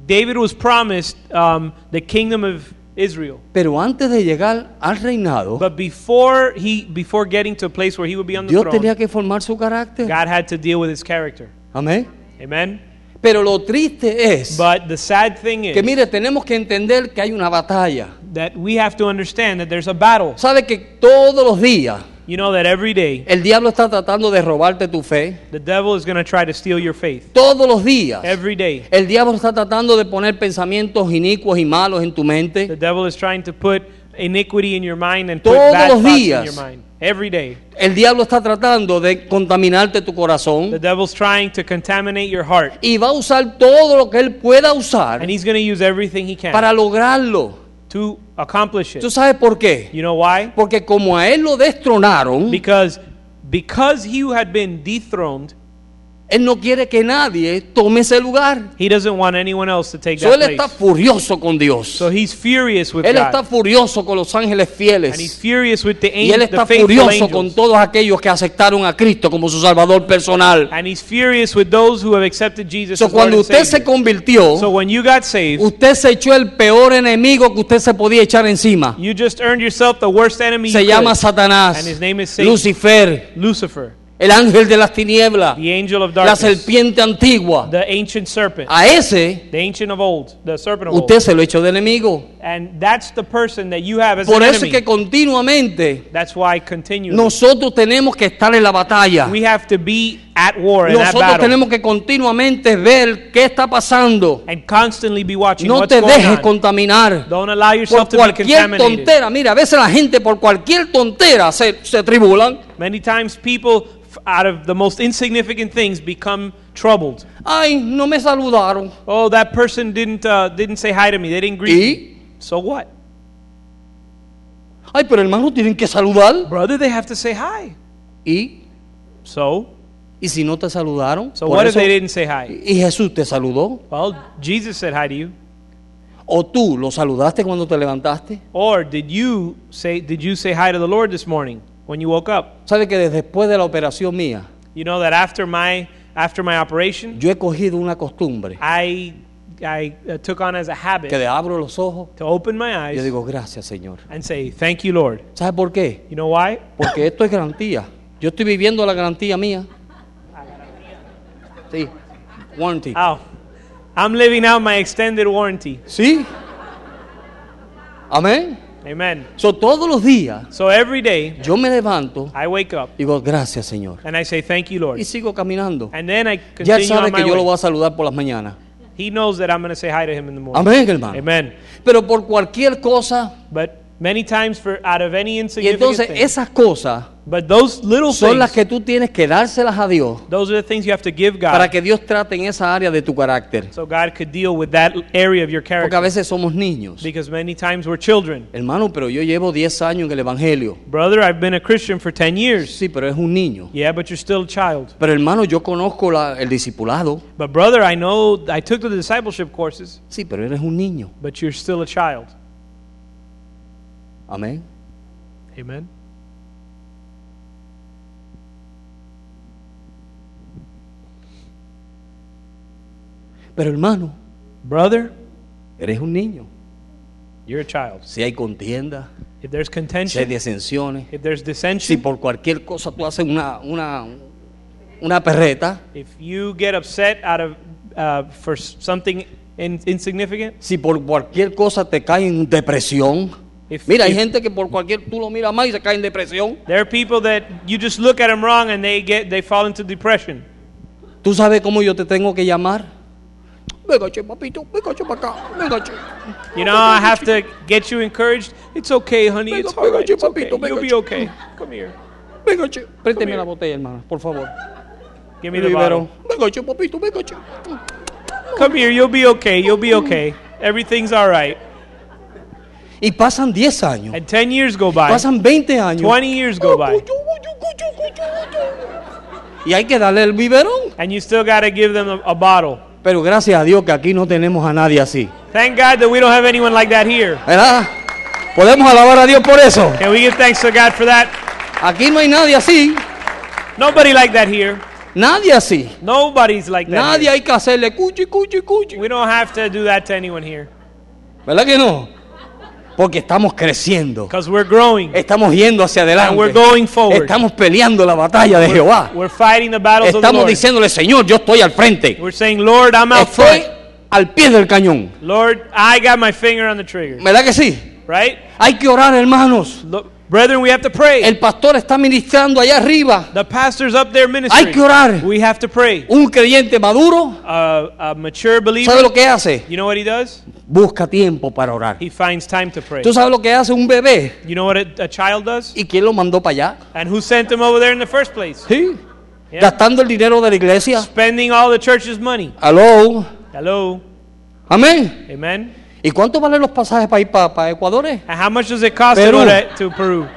B: David was promised um, the kingdom of Israel.
A: pero antes de llegar al reinado,
B: But before he before getting to a place where he would be on the
A: Dios
B: throne,
A: tenía que formar su carácter.
B: God had to deal with his character.
A: Amén.
B: Amen.
A: Pero lo triste es
B: But the sad thing
A: que
B: is
A: mire, tenemos que entender que hay una batalla.
B: that we have to understand that there's a battle.
A: Sabe que todos los días
B: You know that every day
A: el diablo está tratando de robarte tu fe.
B: the devil is going to try to steal your faith.
A: Todos los días
B: Every day
A: el diablo está tratando de poner pensamientos inicuos y malos en tu
B: the
A: mente.
B: devil is trying to put iniquity in your mind and put
A: Todos
B: bad
A: los
B: thoughts in
A: días.
B: your mind. Every day
A: El diablo está tratando de contaminarte tu
B: the
A: corazón
B: devil's trying to contaminate your heart
A: y va a usar todo lo que él pueda usar
B: and he's going to use everything he can
A: para lograrlo.
B: to accomplish
A: ¿Tú
B: it.
A: sabes por qué?
B: You know why?
A: Porque como a él lo destronaron,
B: Because because he had been dethroned
A: Él no quiere que nadie tome ese lugar.
B: He doesn't want anyone else to take
A: So,
B: that
A: él está
B: place.
A: furioso con Dios.
B: So he's furious with
A: Él está
B: God.
A: furioso con los ángeles
B: And
A: fieles.
B: he's furious with the
A: Y él
B: angels, the
A: está
B: faithful
A: furioso con
B: angels.
A: todos aquellos que aceptaron a Cristo como su Salvador personal.
B: And he's furious with those who have accepted Jesus
A: So,
B: as Lord
A: cuando
B: and
A: usted se
B: Savior. So
A: convirtió,
B: when you got saved,
A: usted se echó el peor enemigo que usted se podía echar encima.
B: you just earned yourself the worst enemy
A: Se
B: you
A: llama
B: could.
A: Satanás,
B: And his name is Satan.
A: Lucifer,
B: Lucifer,
A: el ángel de las tinieblas,
B: the angel of
A: la
B: darkness,
A: serpiente antigua.
B: the ancient serpent,
A: A ese
B: the ancient of old, the serpent of
A: usted
B: old.
A: se lo echó de enemigo.
B: And that's the person that you have as
A: Por
B: an
A: eso es que
B: enemy.
A: continuamente
B: That's why continually
A: nosotros tenemos que estar en la batalla.
B: we have to be at war in that
A: Nosotros
B: battle
A: tenemos que continuamente ver qué está pasando.
B: and constantly be watching
A: No
B: what's
A: te
B: going
A: dejes
B: on.
A: contaminar
B: Don't allow
A: por
B: yourself to be
A: cualquier
B: contaminated.
A: tontera. Mira, a veces la gente por cualquier tontera se, se tribulan.
B: Many times people f- out of the most insignificant things become troubled.
A: Ay, no me saludaron.
B: Oh, that person didn't uh, didn't say hi to me. They didn't greet
A: Y,
B: me. So what?
A: ay, pero hermano, tienen que saludar.
B: Brother, they have to say hi.
A: Y,
B: So,
A: y si no te saludaron,
B: so
A: Por
B: what if
A: eso-
B: they didn't say hi?
A: y Jesús te saludó.
B: Well, Jesus said hi to you.
A: O tú lo saludaste cuando te levantaste.
B: Or did you say did you say hi to the Lord this morning when you woke up?
A: ¿Sabe que desde después de la operación mía,
B: You know that after my after my operation,
A: yo he cogido una costumbre
B: I I uh, took on as a habit
A: que de abro los ojos,
B: to open my
A: yo
B: eyes
A: digo gracias Señor.
B: and say thank you, Lord.
A: ¿Sabe por qué?
B: You know why?
A: Porque esto es garantía. Yo estoy viviendo la garantía mía. Sí, warranty.
B: Ow. Oh, I'm living out my extended warranty.
A: ¿Sí? Amén.
B: Amen.
A: So, todos los días
B: So every day
A: yo me levanto
B: I wake up
A: y digo gracias Señor.
B: and I say thank you,
A: Y
B: Lord.
A: sigo caminando.
B: And then I
A: Ya él
B: continue
A: sabe
B: on my
A: que yo lo
B: way.
A: voy a saludar por las mañanas.
B: He knows that I'm going to say hi to him in the morning.
A: Amén, hermano.
B: Amen.
A: Pero por cualquier cosa,
B: But many times for out of any
A: y
B: insignificant
A: entonces
B: thing,
A: esas cosas
B: but those little
A: son las
B: things,
A: que tú tienes que dárselas a Dios
B: those are the things you have to give
A: para
B: God
A: que Dios trate en esa área de tu carácter.
B: so God could deal with that area of your
A: Porque a
B: character
A: veces somos niños.
B: because many times we're children.
A: Hermano, pero yo llevo 10 años en el Evangelio.
B: Brother, I've been a Christian for 10 years.
A: Sí, pero es un niño.
B: Yeah, but you're still a child.
A: Pero hermano, yo conozco la- el discipulado.
B: But brother, I know I took the discipleship courses,
A: Sí, pero eres un niño.
B: but you're still a child.
A: Amén.
B: Amen.
A: Pero hermano,
B: Brother,
A: eres un niño.
B: you're a child.
A: Si hay contienda,
B: If there's
A: si hay
B: contention,
A: disensiones,
B: if there's
A: si
B: dissension,
A: por cualquier cosa tú haces una, una, una perreta,
B: if you get upset out of uh, for s- something in, insignificant,
A: si por cualquier cosa te cae en depresión.
B: If-
A: Mira, hay
B: if-
A: gente que por cualquier tú lo miras más y se cae en depresión.
B: there are people that you just look at them wrong and they get they fall into depression.
A: ¿Tú sabes cómo yo te tengo que llamar? Venga, che, papito, venga, che, pa' acá, venga, che.
B: You know, I have to get you encouraged. It's okay, honey. It's all right. It's okay.
A: Papito, venga,
B: You'll be
A: chico.
B: okay. Come here.
A: Venga, che. Présteme la botella, hermana, por favor.
B: Give me the
A: Libero.
B: bottle.
A: Venga, che, papito, venga, che.
B: Come here. You'll be okay. You'll be okay. Everything's all right.
A: Y pasan 10 años,
B: And 10 years go by.
A: pasan 20 años.
B: 20 years go by.
A: Y hay que darle el biberón.
B: And you still got to give them a, a bottle.
A: Pero gracias a Dios que aquí no tenemos a nadie así.
B: Thank God that we don't have anyone like that here.
A: ¿Verdad? Podemos alabar a Dios por eso.
B: Can we give thanks to God for that?
A: Aquí no hay nadie así.
B: Nobody like that here.
A: Nadie así.
B: Nobody's like that.
A: Nadie
B: here.
A: hay que hacerle cuchi, cuchi, cuchi.
B: We don't have to do that to anyone here
A: ¿Verdad que no? Porque estamos creciendo.
B: because we're growing.
A: Estamos yendo hacia adelante.
B: And we're going forward.
A: Estamos peleando la batalla de Jehová.
B: We're fighting the battles of the
A: Estamos
B: Lord.
A: diciéndole, Señor, yo estoy al frente.
B: We're saying, Lord, I'm out
A: Estoy
B: front.
A: al pie del cañón.
B: Lord, I got my finger on the trigger.
A: ¿Verdad que sí?
B: Right?
A: Hay que orar, hermanos.
B: Look, brethren, we have to pray.
A: El pastor está ministrando allá arriba.
B: the pastor's up there ministering.
A: que orar.
B: We have to pray.
A: Un creyente maduro,
B: Uh, a mature
A: ¿sabe
B: believer,
A: lo que hace?
B: you know what he does?
A: Busca tiempo para orar.
B: He finds time to pray.
A: ¿Tú sabes lo que hace un bebé?
B: You know what a, a child does?
A: ¿Y quién lo mandó para allá?
B: And who sent him over there in the first place?
A: Sí.
B: Yeah.
A: Gastando el dinero de la iglesia.
B: Spending all the church's money.
A: Aló.
B: Hello.
A: Amén.
B: Amen.
A: ¿Y cuánto valen los pasajes para ir para, Ecuador? eh?
B: And how much does it cost to
A: Peru.
B: go to, to Peru?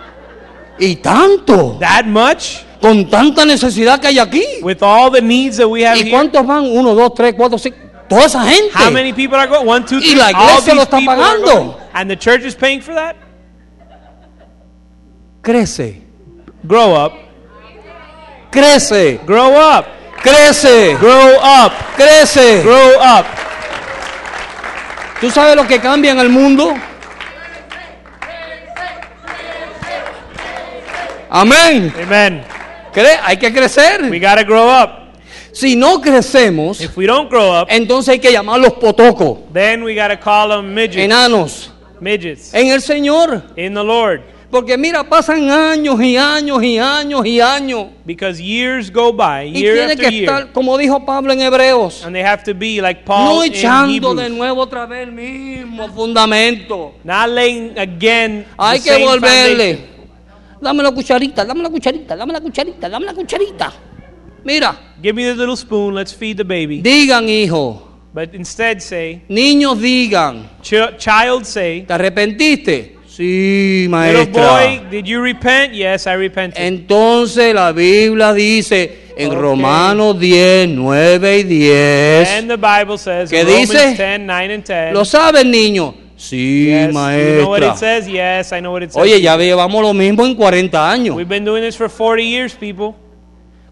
A: Y tanto.
B: That much?
A: Con tanta necesidad que hay aquí.
B: With all the needs that we have
A: ¿Y
B: here,
A: cuántos van? Uno, dos, tres, cuatro, cinco. Toda esa
B: how
A: gente.
B: many people are going? One, two,
A: Y
B: three.
A: la
B: All
A: iglesia lo
B: these
A: está
B: people are
A: pagando.
B: going. And the church is paying for that?
A: Crece,
B: Grow up.
A: crece,
B: Grow up.
A: crece,
B: Grow up.
A: crece.
B: Grow up.
A: ¿Tú sabes lo que cambia en el mundo? Amén.
B: Amen.
A: Cre- hay que
B: We
A: crecer.
B: got to grow up.
A: Si no crecemos,
B: If we don't grow up,
A: entonces hay que llamarlos potocos,
B: then we got to call them midgets.
A: enanos,
B: Midgets.
A: en el Señor.
B: In the Lord.
A: Porque mira, pasan años y años y años y años.
B: Because years go by,
A: Y
B: year
A: tiene
B: after
A: que
B: year.
A: estar, como dijo Pablo en Hebreos,
B: And they have to be like Paul
A: no
B: in
A: echando de
B: Hebrews.
A: nuevo otra vez el mismo fundamento.
B: Not laying again the
A: Hay que
B: same
A: volverle.
B: foundation.
A: Dame la cucharita, dame la cucharita, dame la cucharita, dame la cucharita. Mira,
B: Give me the little spoon. Let's feed the baby.
A: digan hijo,
B: But instead say,
A: niños digan,
B: ch- child say,
A: ¿te arrepentiste? Sí,
B: little
A: maestra.
B: boy, did you repent? Yes, I repented.
A: Entonces la Biblia dice en
B: Ok.
A: Romanos 10, 9 y 10.
B: And the Bible says,
A: ¿Qué
B: Romans
A: dice?
B: 10, 9 and 10.
A: ¿Lo saben, niño? Sí,
B: yes, you know what it
A: maestra.
B: says? Yes, I know what it says.
A: Oye, ya llevamos lo mismo en 40 años.
B: We've been doing this for 40 years, people.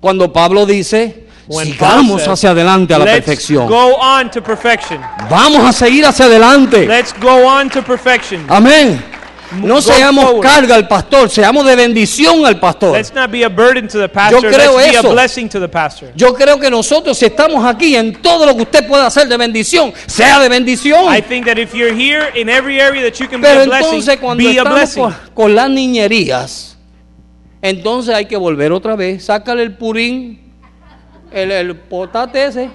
A: Cuando Pablo dice,
B: When Paul
A: sigamos
B: says,
A: hacia adelante a la
B: Let's
A: perfección.
B: go on to perfection.
A: Vamos a seguir hacia adelante.
B: Let's go on to perfection.
A: Amén. No
B: Go
A: seamos
B: forward.
A: carga al pastor, seamos de bendición al pastor.
B: Let's not be a burden to the pastor.
A: creo
B: Let's be a
A: eso.
B: blessing to the pastor.
A: Yo creo que nosotros, si estamos aquí, en todo lo que usted pueda hacer de bendición, sea de bendición.
B: I think that if you're here in every area that you can be
A: Pero
B: a blessing,
A: entonces cuando
B: be a
A: estamos
B: blessing.
A: con, con las niñerías, entonces hay que volver otra vez. Sácale el purín, el, el potate ese,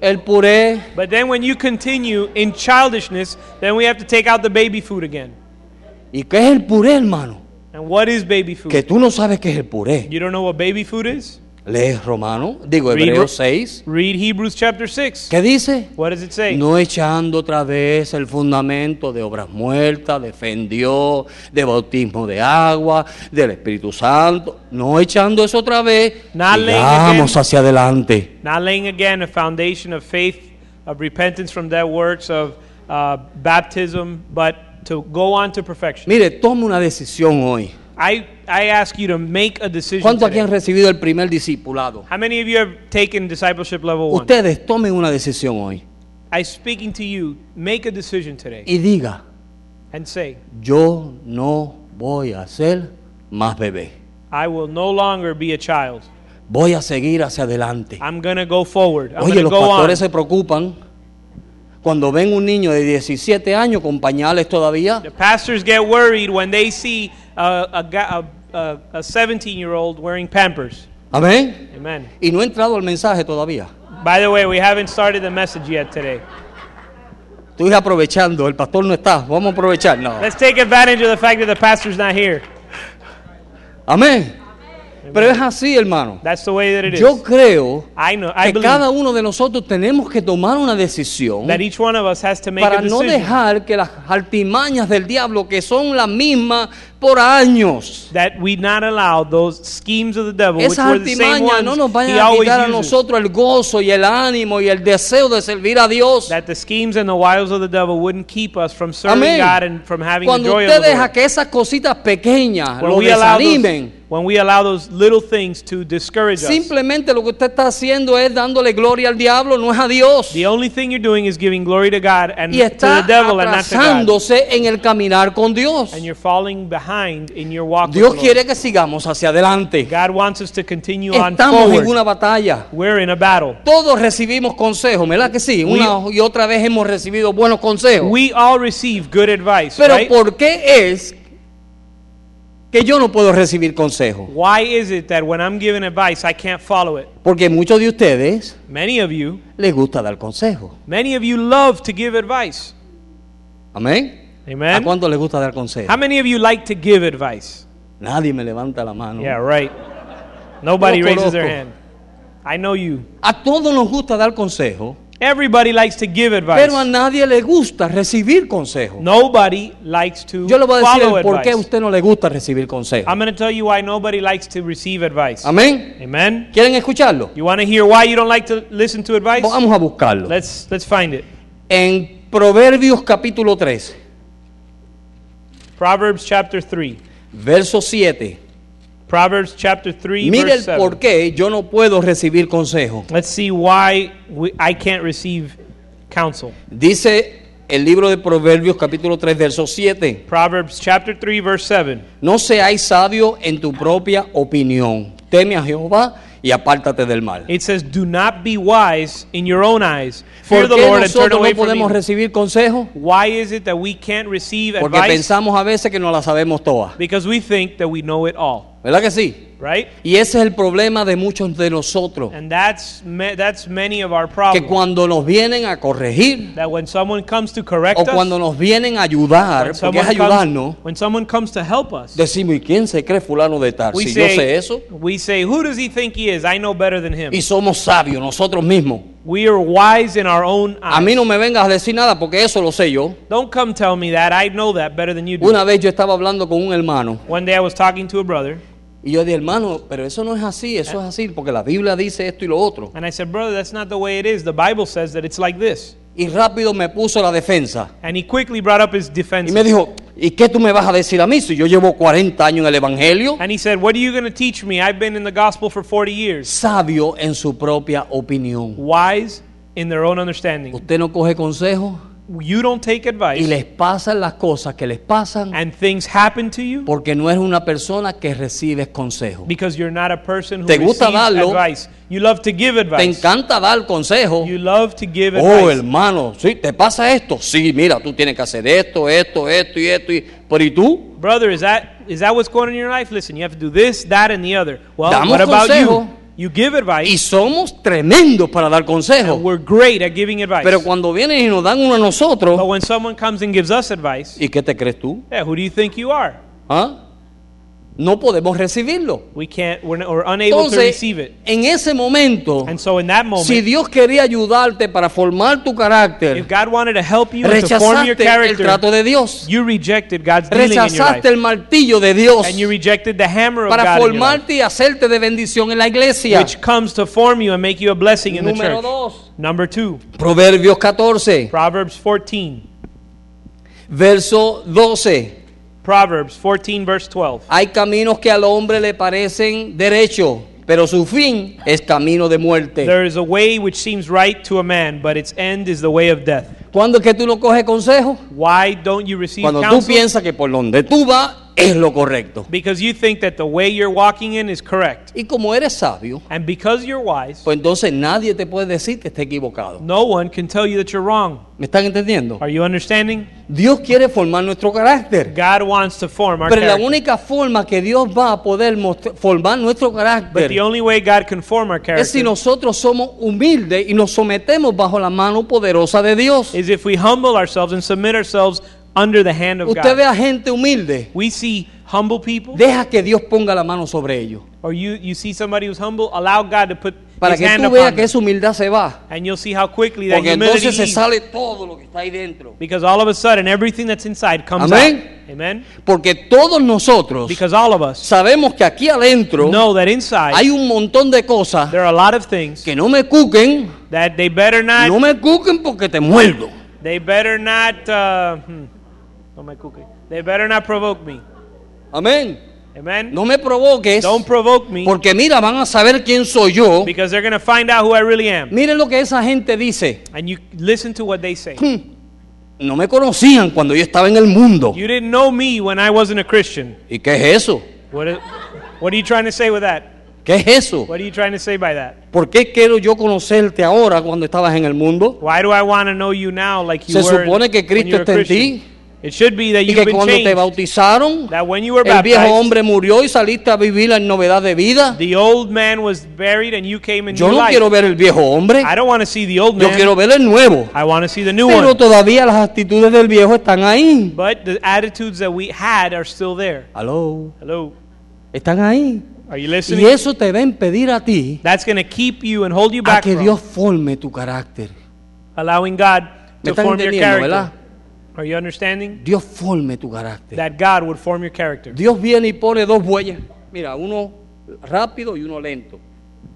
A: el puré.
B: But then when you continue in childishness, then we have to take out the baby food again.
A: ¿Y qué es el puré, hermano?
B: And what is baby food?
A: Que tú no sabes qué es el puré.
B: You don't know what baby food is?
A: Lees Romano, digo
B: Read-
A: Hebreos 6.
B: Read Hebrews chapter 6.
A: ¿Qué dice?
B: What does it say?
A: No echando otra vez el fundamento de obras muertas, defendió, de bautismo de agua, del Espíritu Santo. No echando eso otra vez.
B: Not laying
A: Vamos
B: again.
A: hacia adelante.
B: Not laying again a foundation of faith, of repentance from dead works, of uh, baptism, but to go on to perfection.
A: Mire, tome una decisión hoy.
B: I, I ask you to make a decision.
A: ¿Cuántos aquí han
B: Today.
A: recibido el primer discipulado?
B: How many of you have taken discipleship level one?
A: Ustedes tomen una decisión hoy
B: I speaking to you, make a decision today
A: y diga,
B: and say,
A: yo no voy a ser más bebé.
B: I will no longer be a child.
A: Voy a seguir hacia adelante.
B: I'm going to go forward. I'm going
A: Oye,
B: to
A: los
B: go on.
A: pastores se preocupan cuando ven un niño de 17 años con pañales todavía.
B: The pastors get worried when they see a, a, ga- a, a, a 17 year old wearing pampers.
A: Amén.
B: Amen.
A: Y no ha entrado el mensaje todavía.
B: By the way, we haven't started the message yet today.
A: Estoy aprovechando, el pastor no está. Vamos a aprovechar. No.
B: Let's take advantage of the fact that the pastor's not here.
A: Amén. Pero es así, hermano.
B: That's the way that it is.
A: Yo creo
B: I know. I
A: que cada
B: believe
A: uno de nosotros tenemos que tomar una decisión
B: that each one of us has to make
A: para
B: a
A: no
B: decision.
A: dejar que las artimañas del diablo, que son las mismas por años,
B: that we not allow those schemes of the devil, which
A: esas
B: were the same
A: artimañas
B: ones
A: no nos
B: he
A: vayan a
B: always
A: quitar a
B: uses.
A: nosotros el gozo y el ánimo y el deseo de servir a Dios.
B: That the schemes and the wiles of the devil wouldn't keep us from serving
A: Amén.
B: God and from having the
A: Cuando
B: joy
A: usted
B: of the Lord.
A: deja que esas cositas pequeñas
B: when,
A: lo
B: we allow
A: desanimen,
B: those, when we allow those little things to discourage us,
A: simplemente lo que usted está haciendo es dándole gloria al diablo, no es a Dios.
B: the only thing you're doing is giving glory to God and
A: Y
B: to the
A: está
B: devil and not to God.
A: atrasándose en el caminar con Dios.
B: And you're falling behind in your walk
A: Dios
B: with the Lord.
A: quiere que sigamos hacia adelante.
B: God wants us to continue on
A: Estamos
B: forward.
A: en una batalla.
B: We're in a battle.
A: Todos recibimos consejos, ¿verdad que sí? Una y otra vez hemos recibido buenos consejos.
B: We all receive good advice,
A: Pero
B: right?
A: ¿por qué es que yo no puedo recibir consejos?
B: Why is it that when I'm given advice, I can't follow it?
A: Porque muchos de ustedes
B: Many of you,
A: les gusta dar consejos.
B: many of you love to give advice.
A: Amén. ¿A
B: Amen.
A: cuánto les gusta dar
B: How
A: consejos?
B: many of you like to give advice?
A: Nadie me levanta la mano.
B: Yeah, right. Nobody
A: Yo
B: raises their
A: conozco.
B: hand. I know you.
A: A todos nos gusta dar consejos,
B: Everybody likes to give advice.
A: Pero a nadie le gusta recibir consejo.
B: Nobody likes to
A: Yo le voy a decir
B: follow
A: el por qué a
B: advice.
A: usted no le gusta recibir consejo.
B: I'm going to tell you why nobody likes to receive advice.
A: Amén.
B: Amen.
A: ¿Quieren escucharlo?
B: You want to hear why you don't like to listen to advice?
A: Vamos a buscarlo.
B: Let's let's find it.
A: En Proverbios capítulo 3,
B: Proverbs chapter 3.
A: verso 7.
B: Proverbs chapter 3
A: Mire
B: verse
A: el
B: 7.
A: por qué yo no puedo recibir consejo.
B: Let's see why we, I can't receive counsel.
A: Dice el libro de Proverbios capítulo 3, verso 7.
B: Proverbs chapter 3 verse 7.
A: No seáis sabio en tu propia opinión. Teme a Jehová y apártate del mal.
B: It says, "Do not be wise in your own eyes. Fear
A: ¿Por
B: the
A: qué
B: Lord and turn
A: nosotros
B: away
A: no
B: from
A: podemos
B: evil."
A: recibir consejo?
B: Why is it that we can't receive
A: Porque
B: advice?
A: pensamos a veces que no la sabemos todas.
B: Because we think that we know it all,
A: ¿Verdad que sí?
B: right?
A: Y ese es el problema de muchos de nosotros.
B: And that's ma- that's many of our
A: Que
B: problems.
A: cuando nos vienen a corregir
B: That when someone comes to correct
A: o
B: us,
A: cuando nos vienen a ayudar,
B: when
A: porque es
B: someone,
A: ayudarnos,
B: comes, when someone comes to help us,
A: decimos, ¿y quién se cree fulano de tal?
B: we
A: Si yo
B: say,
A: sé eso.
B: we say, who does he think he is? I know better than him.
A: Y somos sabios nosotros mismos.
B: We are wise in our own
A: A
B: eyes.
A: mí no me vengas a decir nada porque eso lo sé yo.
B: Don't come tell me that. I know that better than you do.
A: Una vez yo estaba hablando con un hermano
B: One day I was talking to a brother,
A: y yo dije, hermano, pero eso no es así, eso es así, porque la Biblia dice esto y lo otro.
B: and I said, brother, that's not the way it is. The Bible says that it's like this.
A: Y rápido me puso la defensa.
B: And he quickly brought up his
A: Y
B: defense.
A: me dijo, ¿y qué tú me vas a decir a mí si yo llevo 40 años en el Evangelio?
B: And he said, What are you going to teach me? I've been in the gospel for 40 years.
A: Sabio en su propia opinión.
B: Wise in their own understanding.
A: Usted no coge consejos
B: You don't take
A: y
B: advice,
A: les pasan las cosas que les pasan
B: and things happen to you
A: porque no es una persona que recibes consejos.
B: because you're not a person who
A: Te gusta
B: receives
A: darlo.
B: advice. You love to give
A: Te
B: advice.
A: encanta dar consejos.
B: You love to give
A: Oh,
B: advice.
A: hermano, ¿sí? ¿te pasa esto? Sí, mira, tú tienes que hacer esto, esto, esto y esto. Y... Pero ¿y tú?
B: Brother, is that is that what's going on in your life? Listen, you have to do this, that, and the other. Well,
A: Damos
B: what about
A: consejo.
B: you? You give
A: Y
B: advice.
A: somos tremendos para dar consejos.
B: We're great at giving advice.
A: Pero cuando vienen y nos dan uno a
B: But
A: nosotros,
B: when someone comes and gives us advice,
A: ¿y qué te crees tú?
B: yeah, who do you think you are?
A: ¿Ah? No podemos recibirlo.
B: We can't. We're, n- we're unable to
A: Entonces,
B: receive it.
A: en ese momento,
B: And so in that moment,
A: si Dios quería ayudarte para formar tu carácter,
B: If God wanted to help you and to form your
A: rechazaste el
B: character,
A: trato de Dios,
B: you rejected God's dealing in your life.
A: rechazaste el martillo de Dios
B: And you rejected the hammer of
A: para
B: God in your life,
A: formarte y hacerte de bendición en la iglesia.
B: which comes to form you and make you a blessing in the
A: Número
B: church.
A: dos.
B: Number two,
A: Proverbios 14,
B: Proverbs 14.
A: verso 12.
B: Proverbs 14, verse 12.
A: Hay caminos que al hombre le parecen derecho, pero su fin es camino de muerte.
B: There is a way which seems right to a man, but its end is the way of death.
A: ¿Cuándo es que tú no coges consejo?
B: Why don't you receive
A: Cuando tú
B: counsel?
A: piensas que por donde tú vas es lo correcto.
B: Because you think that the way you're walking in is correct.
A: Y como eres sabio,
B: And because you're wise,
A: pues entonces nadie te puede decir que esté equivocado.
B: no one can tell you that you're wrong.
A: ¿Me están entendiendo?
B: Are you understanding?
A: Dios quiere formar nuestro carácter.
B: God wants to form our
A: Pero la
B: character.
A: única forma que Dios va a poder mostr- formar nuestro
B: But the
A: carácter
B: only way God can form our
A: es si
B: character
A: nosotros somos humildes y nos sometemos bajo la mano poderosa de Dios.
B: is if we humble ourselves and submit ourselves under the hand of
A: Usted ve
B: God.
A: a gente humilde,
B: We see humble people,
A: deja que Dios ponga la mano sobre ellos.
B: or you, you see somebody who's humble, allow God to put
A: Para
B: his
A: que
B: hand
A: tú
B: upon
A: veas
B: them.
A: que esa humildad se va.
B: And you'll see how quickly that
A: Porque
B: humility
A: entonces se
B: leaves.
A: sale todo lo que está ahí dentro.
B: Because all of a sudden, everything that's inside comes
A: Amén.
B: out. Amen?
A: Porque todos nosotros
B: Because all of us
A: sabemos que aquí adentro
B: know that inside
A: hay un montón de cosas
B: there are a lot of things
A: que no me cuquen,
B: that they better not,
A: no me cuquen porque te muerdo.
B: they better not, uh, hmm, oh my cookie. they better not provoke me.
A: Amén.
B: Amen?
A: No me provoques.
B: Don't provoke me.
A: Porque mira, van a saber quién soy yo.
B: Because they're going to find out who I really am.
A: Miren lo que esa gente dice.
B: And you listen to what they say.
A: No me conocían cuando yo estaba en el mundo.
B: You didn't know me when I wasn't a Christian.
A: ¿Y qué es eso?
B: What, is, what are you trying to say with that?
A: ¿Qué es eso?
B: What are you trying to say by that?
A: ¿Por qué quiero yo conocerte ahora cuando estabas en el mundo?
B: Why do I want to know you now like you
A: Se
B: were
A: supone que
B: when you were
A: Cristo está en
B: Christian?
A: ti.
B: It should be that
A: Y
B: you've
A: que
B: been
A: cuando te
B: changed.
A: bautizaron,
B: That when you were
A: el viejo
B: baptized,
A: hombre murió y saliste a vivir en novedad de vida.
B: The old man was buried and you came in
A: Yo
B: new
A: no
B: life.
A: quiero ver el viejo hombre,
B: I don't want to see the old
A: yo
B: man.
A: quiero ver el nuevo.
B: I want to see the new
A: Pero
B: one.
A: todavía las actitudes del viejo están ahí.
B: But the attitudes that we had are still there.
A: Aló,
B: Hello.
A: están ahí.
B: Are you
A: Y
B: listening?
A: eso te va a impedir a ti
B: That's going to keep you and hold you
A: a
B: back
A: que
B: from
A: Dios forme tu carácter.
B: allowing God
A: Me
B: to
A: están
B: form your
A: entendiendo, ¿verdad?
B: character. Are you understanding?
A: Dios forme tu carácter.
B: That God would form your character.
A: Dios viene y pone dos bueyes. Mira, uno rápido y uno lento.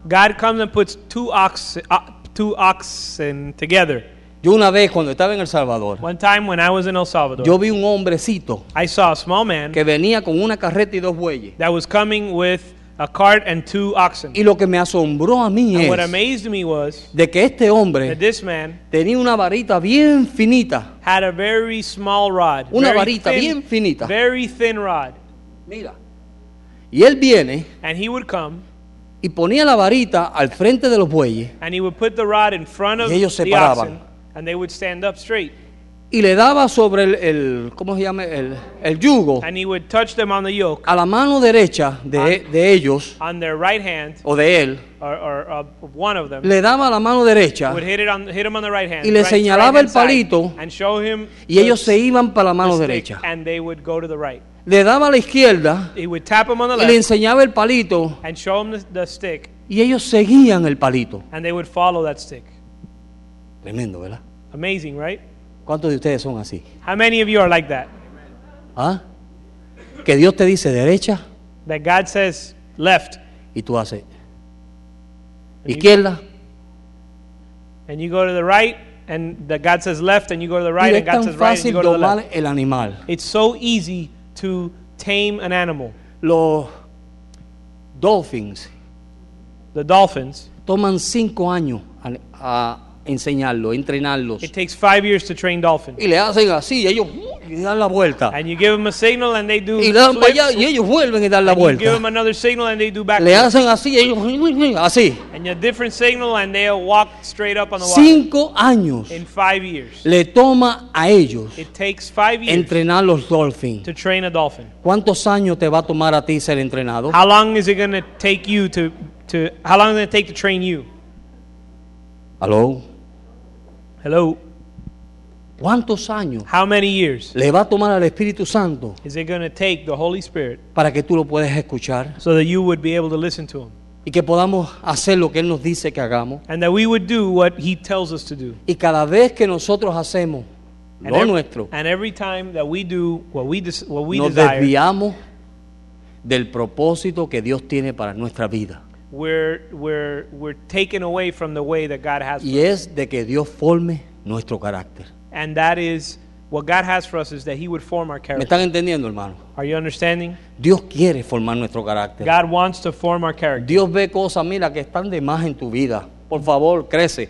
B: God comes and puts two oxen, uh, two oxen together.
A: Yo una vez cuando estaba en El Salvador,
B: One time when I was in El Salvador,
A: yo vi un hombrecito
B: I saw a small man
A: que venía con una carreta y dos bueyes.
B: that was coming with a cart and two oxen.
A: Y lo que me asombró a mí
B: And
A: es
B: what amazed me was
A: de que este
B: that
A: hombre
B: this man
A: tenía una varita bien finita.
B: had a very small rod.
A: Una
B: very
A: varita bien finita.
B: Very thin rod.
A: Mira. Y él viene
B: And he would come
A: y ponía la varita al frente de los bueyes
B: and he would put the rod in front of
A: Y ellos se
B: the
A: paraban.
B: oxen and they would stand up straight.
A: y le daba sobre el, el- ¿cómo se llama? El, el yugo
B: And he would touch them on the yoke
A: a la mano derecha de, de ellos
B: on their right hand
A: o de él.
B: or, or uh, one of them.
A: Le daba la mano derecha
B: would hit it on hit him on the right hand.
A: Y le
B: right-
A: señalaba
B: right-hand
A: el palito,
B: side, and show him
A: y
B: the
A: ellos se iban para la mano
B: stick,
A: derecha.
B: And they would go to the right.
A: Le daba a la izquierda
B: He would tap him on the
A: y le
B: left
A: enseñaba el palito
B: and show him the, the stick,
A: y ellos seguían el palito.
B: and they would follow that stick.
A: Tremendo, ¿verdad?
B: Amazing, right?
A: ¿Cuántos de ustedes son así?
B: How many of you are like that?
A: ¿Ah? Que Dios te dice derecha
B: That God says left,
A: y tú haces izquierda.
B: and you go to the right, and that God says left, and you go to the
A: Y
B: right,
A: es
B: and God
A: tan
B: says right, and you
A: fácil
B: go to the left.
A: domar el animal.
B: It's so easy to tame an animal.
A: Los dolphins
B: The dolphins.
A: toman cinco años a, a enseñarlo, a entrenarlos.
B: It takes five years to train dolphins,
A: Y le hacen así y ellos uh, y dan la vuelta.
B: and you give them a signal, and they do.
A: Y le dan para
B: flips,
A: allá y ellos vuelven y dan la
B: and you give
A: vuelta.
B: them another signal, and they do back.
A: Le hacen así, ellos así.
B: and a different signal and they'll walk straight up on the water
A: Cinco años
B: in five years.
A: le toma a ellos
B: It takes five years
A: entrenar los dolphins.
B: to train a dolphin.
A: ¿Cuántos años te va a tomar a ti ser entrenado?
B: How long is it going to take you to, to, how long is it going to take to train you?
A: ¿Aló?
B: Hello?
A: ¿Cuántos años
B: How many years
A: le va a tomar al Espíritu Santo
B: is it going to take the Holy Spirit
A: para que tú lo puedas escuchar
B: so that you would be able to listen to Him
A: y que podamos hacer lo que Él nos dice que hagamos?
B: and that we would do what He tells us to do?
A: Y cada vez que nosotros hacemos
B: And,
A: lo
B: ev-
A: nuestro,
B: and every time that we do what we, des- what we
A: nos
B: desire,
A: desviamos del propósito que Dios tiene para nuestra vida.
B: we're, we're, we're taken away from the way that God has for
A: Y es de que Dios forme nuestro carácter.
B: And that is what God has for us is that He would form our
A: ¿Me
B: character.
A: están entendiendo, hermano?
B: Are you understanding?
A: Dios quiere formar nuestro carácter.
B: God wants to form our character.
A: Dios ve cosas, mira, que están de más en tu vida. Por favor, crece.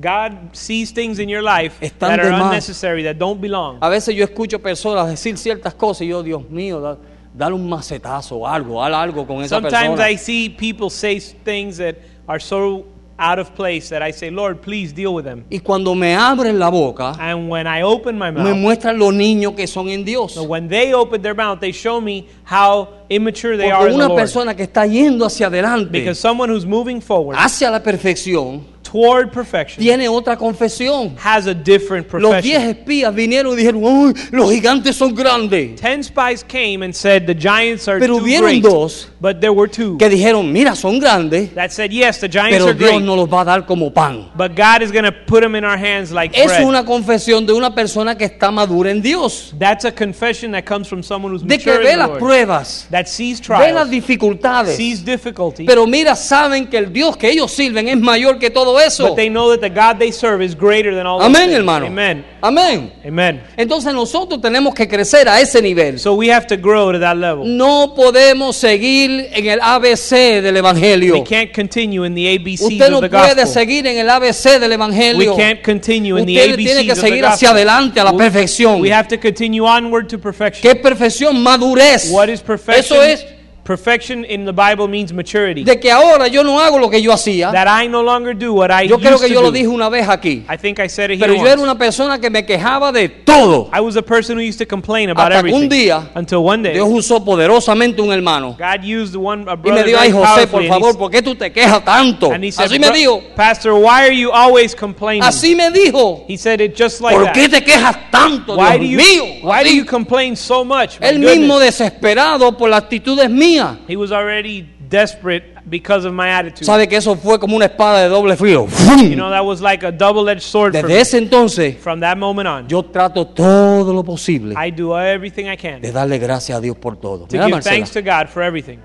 B: God sees things in your life
A: Están
B: that
A: de
B: are
A: más. Ah,
B: unnecessary, that don't belong.
A: A veces yo escucho personas decir ciertas cosas y yo, Dios mío, da- dale un macetazo o algo, haz algo con esa
B: Sometimes
A: persona.
B: I see people say things that are so out of place that I say, Lord, please deal with them.
A: Y cuando me abren la boca,
B: And when I open my
A: me
B: mouth,
A: muestran los niños que son en Dios.
B: so when they open their mouth, they show me how immature they are
A: Porque
B: in the
A: una
B: Lord.
A: persona que está yendo hacia adelante,
B: Because someone who's moving forward
A: hacia la perfección,
B: toward perfection
A: tiene otra confesión.
B: has a different
A: Los diez
B: profession.
A: espías vinieron y dijeron, "Uy, los gigantes son grandes.
B: Ten spies came and said the giants are
A: Pero
B: too
A: hubieron
B: great.
A: dos
B: but there were two
A: Que dijeron, mira, son grandes,
B: that said yes, the giants
A: pero
B: are
A: Dios
B: great.
A: no los va a dar como pan.
B: But God is going to put them in our hands like
A: Es
B: bread.
A: una confesión de una persona que está madura en Dios,
B: That's a confession that comes from someone who's
A: de que
B: mature in
A: ve
B: the
A: las
B: Lord,
A: pruebas,
B: that sees
A: ve las
B: trials,
A: dificultades,
B: sees difficulty,
A: pero mira, saben que el Dios que ellos sirven es mayor que todo eso.
B: but they know that the God they serve is greater than all. those
A: Amén,
B: things.
A: hermano.
B: Amen.
A: Amén.
B: Amen.
A: Entonces nosotros tenemos que crecer a ese nivel.
B: So we have to grow to that level.
A: No podemos seguir en el ABC del
B: We
A: Evangelio.
B: can't continue in the ABCs
A: Usted
B: of
A: no
B: the
A: puede
B: gospel.
A: seguir en el ABC del
B: We
A: Evangelio.
B: can't continue in the
A: Usted tiene
B: ABCs
A: que
B: of the
A: seguir hacia
B: gospel.
A: adelante a la perfección.
B: We have to continue onward to perfection.
A: ¿Qué perfección? Madurez.
B: What is perfection?
A: Eso es
B: Perfection in the Bible means maturity.
A: de que ahora yo no hago lo que yo hacía.
B: that I no longer do what I
A: Yo creo
B: used
A: que
B: to
A: yo lo
B: do.
A: dije una vez aquí.
B: I think I said it here
A: Pero yo era
B: once.
A: una persona que me quejaba de todo.
B: I was a person who used to complain about
A: Hasta que un
B: everything.
A: día
B: until one day,
A: Dios usó poderosamente un hermano.
B: God used one a
A: Y me
B: brother
A: dijo, ay
B: very
A: José,
B: powerfully,
A: por
B: and he
A: favor,
B: s-
A: ¿por qué tú te quejas tanto?
B: and he said,
A: Así me
B: "Bro-
A: dijo.
B: Pastor, why are you always complaining?
A: Así me dijo.
B: He said it just like
A: ¿Por
B: that.
A: qué te quejas tanto,
B: why do
A: Dios
B: you
A: mío?
B: why do
A: Así.
B: you complain so much? My
A: Él
B: goodness.
A: mismo desesperado por las actitudes mías.
B: he was already desperate because of my attitude.
A: ¿Sabe que eso fue como una espada de doble filo?
B: You know, that was like a double edged sword for
A: Desde
B: me.
A: ese entonces
B: From that moment on,
A: yo trato todo lo posible
B: I do everything I can
A: de
B: to
A: darle gracias a Dios por todo. Mira,
B: give
A: Marcela,
B: thanks to God for everything.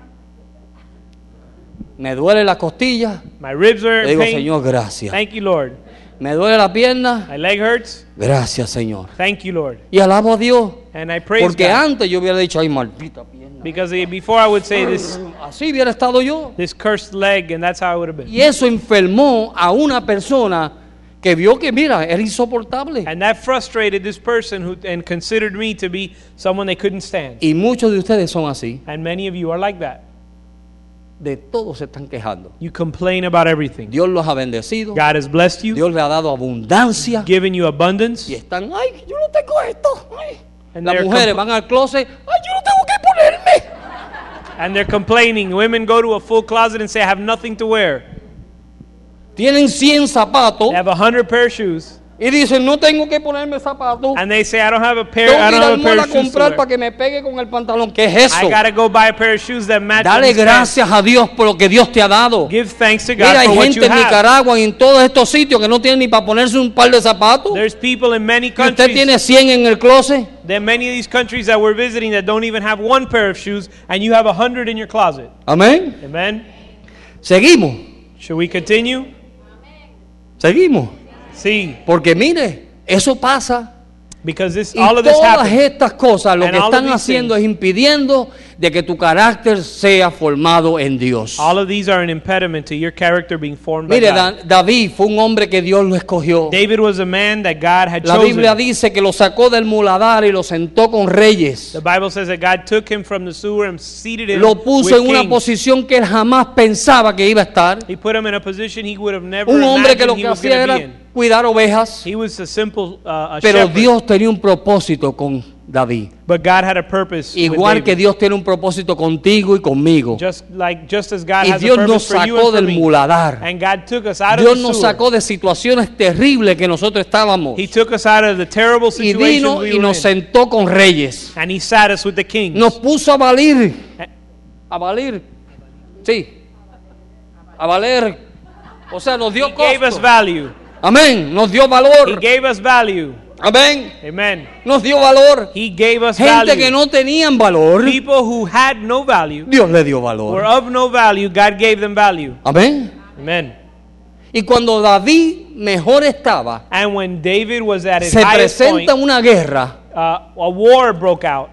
A: me duele la costilla,
B: My ribs are
A: le
B: in
A: digo,
B: pain.
A: Señor, gracias.
B: Thank you, Lord.
A: Me duele la pierna,
B: My leg hurts.
A: gracias, Señor.
B: Thank you, Lord.
A: Y alabo a Dios,
B: And I praise
A: porque
B: God.
A: antes yo hubiera dicho, ay, maldita pierna.
B: Because eh, before I would say this,
A: Así hubiera estado yo.
B: this cursed leg, and that's how it would have been.
A: Y eso enfermó a una persona que vio que, mira, era insoportable.
B: And that frustrated this person who and considered me to be someone they couldn't stand.
A: Y muchos de ustedes son así.
B: And many of you are like that.
A: De todo se están quejando.
B: You complain about everything.
A: Dios los ha bendecido.
B: God has blessed you,
A: Dios le ha dado abundancia.
B: given you abundance,
A: Y están, ay, yo no tengo esto. ay".
B: And
A: Las
B: they're
A: mujeres
B: compl-
A: van al closet, ay, yo no tengo que ponerme.
B: and they're complaining. Women go to a full closet and say, I have nothing to wear.
A: Tienen 100 zapatos
B: They have a hundred pair of shoes.
A: y dicen, no tengo que ponerme zapatos.
B: And they say, I don't have a pair,
A: Tengo
B: I
A: que ir
B: don't
A: al
B: have
A: mall
B: a pair
A: a
B: of shoes. To
A: comprar para
B: wear.
A: que me pegue con el pantalón. ¿Qué es eso?
B: I gotta go buy a pair of shoes that match.
A: Dale
B: these pants.
A: gracias a Dios por lo que Dios te ha dado.
B: Give thanks to God
A: Mira, hay
B: for what
A: gente
B: you
A: en
B: have.
A: Nicaragua y en todos estos sitios que no tienen ni para ponerse un par de zapatos.
B: There's people in many
A: Y usted
B: countries.
A: tiene 100 en el closet.
B: There are many of these countries that we're visiting that don't even have one pair of shoes, and you have a hundred in your closet.
A: Amén.
B: Amen.
A: Seguimos,
B: Should we continue?
A: seguimos.
B: See,
A: Porque mire, eso pasa.
B: because this,
A: Y
B: all of this
A: todas
B: happens.
A: estas cosas lo
B: And
A: que
B: all of
A: están
B: these
A: haciendo es impidiendo de que tu carácter sea formado en Dios.
B: All of these are an impediment to your character being formed by
A: Mire,
B: God.
A: Da- David fue un hombre que Dios lo escogió.
B: David was a man that God had
A: La Biblia
B: chosen.
A: dice que lo sacó del muladar y lo sentó con reyes.
B: The Bible says that God took him from the sewer and seated him
A: Lo puso
B: with
A: en una
B: kings.
A: posición que él jamás pensaba que iba a estar.
B: He put him in a position he would have never
A: Un hombre que
B: imagined
A: lo
B: he
A: que
B: was going
A: hacía
B: to be in.
A: era cuidar ovejas.
B: He was a simple uh, a
A: Pero
B: shepherd,
A: Dios tenía un propósito con David.
B: but God had a purpose. with
A: Igual que
B: David.
A: Dios tiene un propósito contigo y conmigo.
B: just like just as God
A: Y
B: has
A: Dios
B: a
A: nos
B: purpose for you and
A: sacó
B: for
A: del
B: me.
A: muladar.
B: And God took us out
A: Dios
B: of the
A: nos
B: sewer.
A: sacó de situaciones terribles que nosotros estábamos.
B: He took us out of the terrible
A: Y
B: situation
A: vino
B: we
A: y
B: were
A: nos
B: in.
A: sentó con reyes.
B: And he sat us with the kings.
A: Nos puso a valir. A valir. Sí. A valer. O sea, nos dio
B: He gave us
A: costo.
B: value.
A: Amén. Nos dio
B: He
A: valor.
B: gave us value.
A: Amén.
B: Amen.
A: Nos dio valor.
B: He gave us
A: Gente
B: value.
A: que no tenían valor.
B: People who had no value
A: Dios le dio
B: were
A: valor.
B: of no value. God gave them value.
A: Amén.
B: Amen.
A: Y cuando David mejor estaba,
B: And when David was at his
A: se
B: highest point,
A: presenta una guerra
B: uh, a war broke out,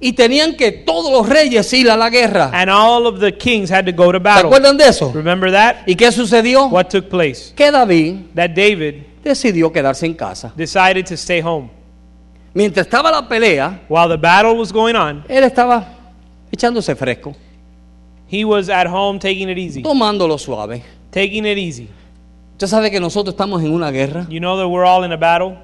A: y tenían que todos los reyes ir a la guerra.
B: and all of the kings had to go to
A: ¿Se
B: battle.
A: acuerdan de eso?
B: Remember that?
A: ¿Y qué sucedió?
B: What took place?
A: Que David
B: That David
A: decidió quedarse en casa.
B: decided to stay home.
A: Mientras estaba la pelea,
B: While the battle was going on,
A: él estaba echándose fresco,
B: he was at home taking it easy.
A: tomándolo suave.
B: Taking it easy.
A: Usted sabe que nosotros estamos en una guerra.
B: You know that we're all in a battle.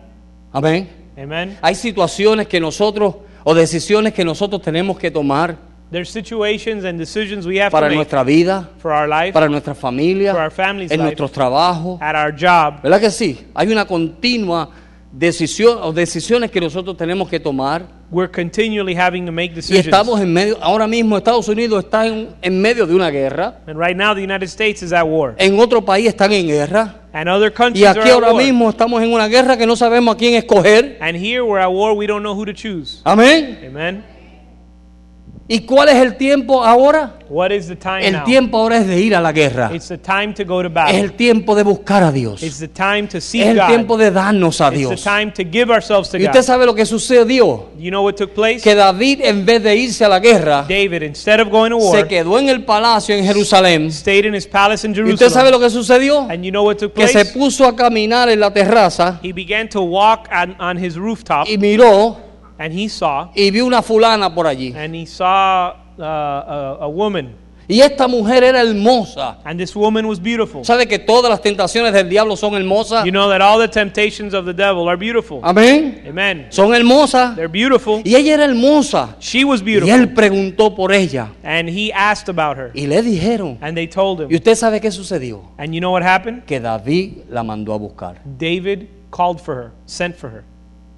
A: Amén.
B: Amen.
A: Hay situaciones que nosotros o decisiones que nosotros tenemos que tomar
B: There's situations and decisions we have
A: para
B: to make
A: nuestra vida,
B: for our life,
A: para nuestra familia,
B: For our family's
A: en
B: life.
A: nuestros trabajos.
B: at our job.
A: ¿Verdad que sí? Hay una continua decisión o decisiones que nosotros tenemos que tomar.
B: We're continually having to make
A: Y
B: decisions.
A: estamos en medio, ahora mismo Estados Unidos está en, en medio de una guerra.
B: and right now, the United States is at war,
A: En otro país están en guerra.
B: and other countries
A: Y aquí
B: are
A: ahora
B: at war.
A: mismo estamos en una guerra que no sabemos a quién escoger.
B: And here we're at war. We don't know who to choose.
A: Amén.
B: Amen.
A: ¿Y cuál es el tiempo ahora?
B: What is the time
A: El
B: now?
A: tiempo ahora es de ir a la guerra.
B: It's the time to go to
A: Es
B: battle.
A: el tiempo de buscar a Dios.
B: it's
A: Es
B: the time to seek
A: el
B: God.
A: tiempo de darnos a
B: it's the
A: Dios.
B: time to give ourselves to
A: Y
B: God.
A: usted sabe lo que sucedió.
B: you know what took place?
A: Que David en vez de irse a la guerra,
B: David, instead of going to war,
A: se quedó en el palacio en Jerusalén.
B: stayed in his palace in
A: ¿Y usted sabe
B: Jerusalem.
A: lo que sucedió?
B: And you know what took
A: Que
B: place?
A: se puso a caminar en la terraza
B: He began to walk on, on his rooftop,
A: y miró
B: and he saw,
A: y vio una fulana por allí.
B: and he saw uh, a, a woman,
A: Y esta mujer era hermosa.
B: and this woman was beautiful.
A: ¿Sabe que todas las tentaciones del diablo son hermosas?
B: You know that all the temptations of the devil are beautiful.
A: Amén.
B: Amen.
A: Son hermosas.
B: They're beautiful.
A: Y ella era hermosa.
B: She was
A: Y
B: beautiful,
A: él preguntó por ella.
B: and he asked about her,
A: Y le dijeron.
B: and they told
A: ¿Y
B: him.
A: usted sabe qué sucedió?
B: And you know what happened?
A: Que David la mandó a buscar.
B: David called for her, sent for her.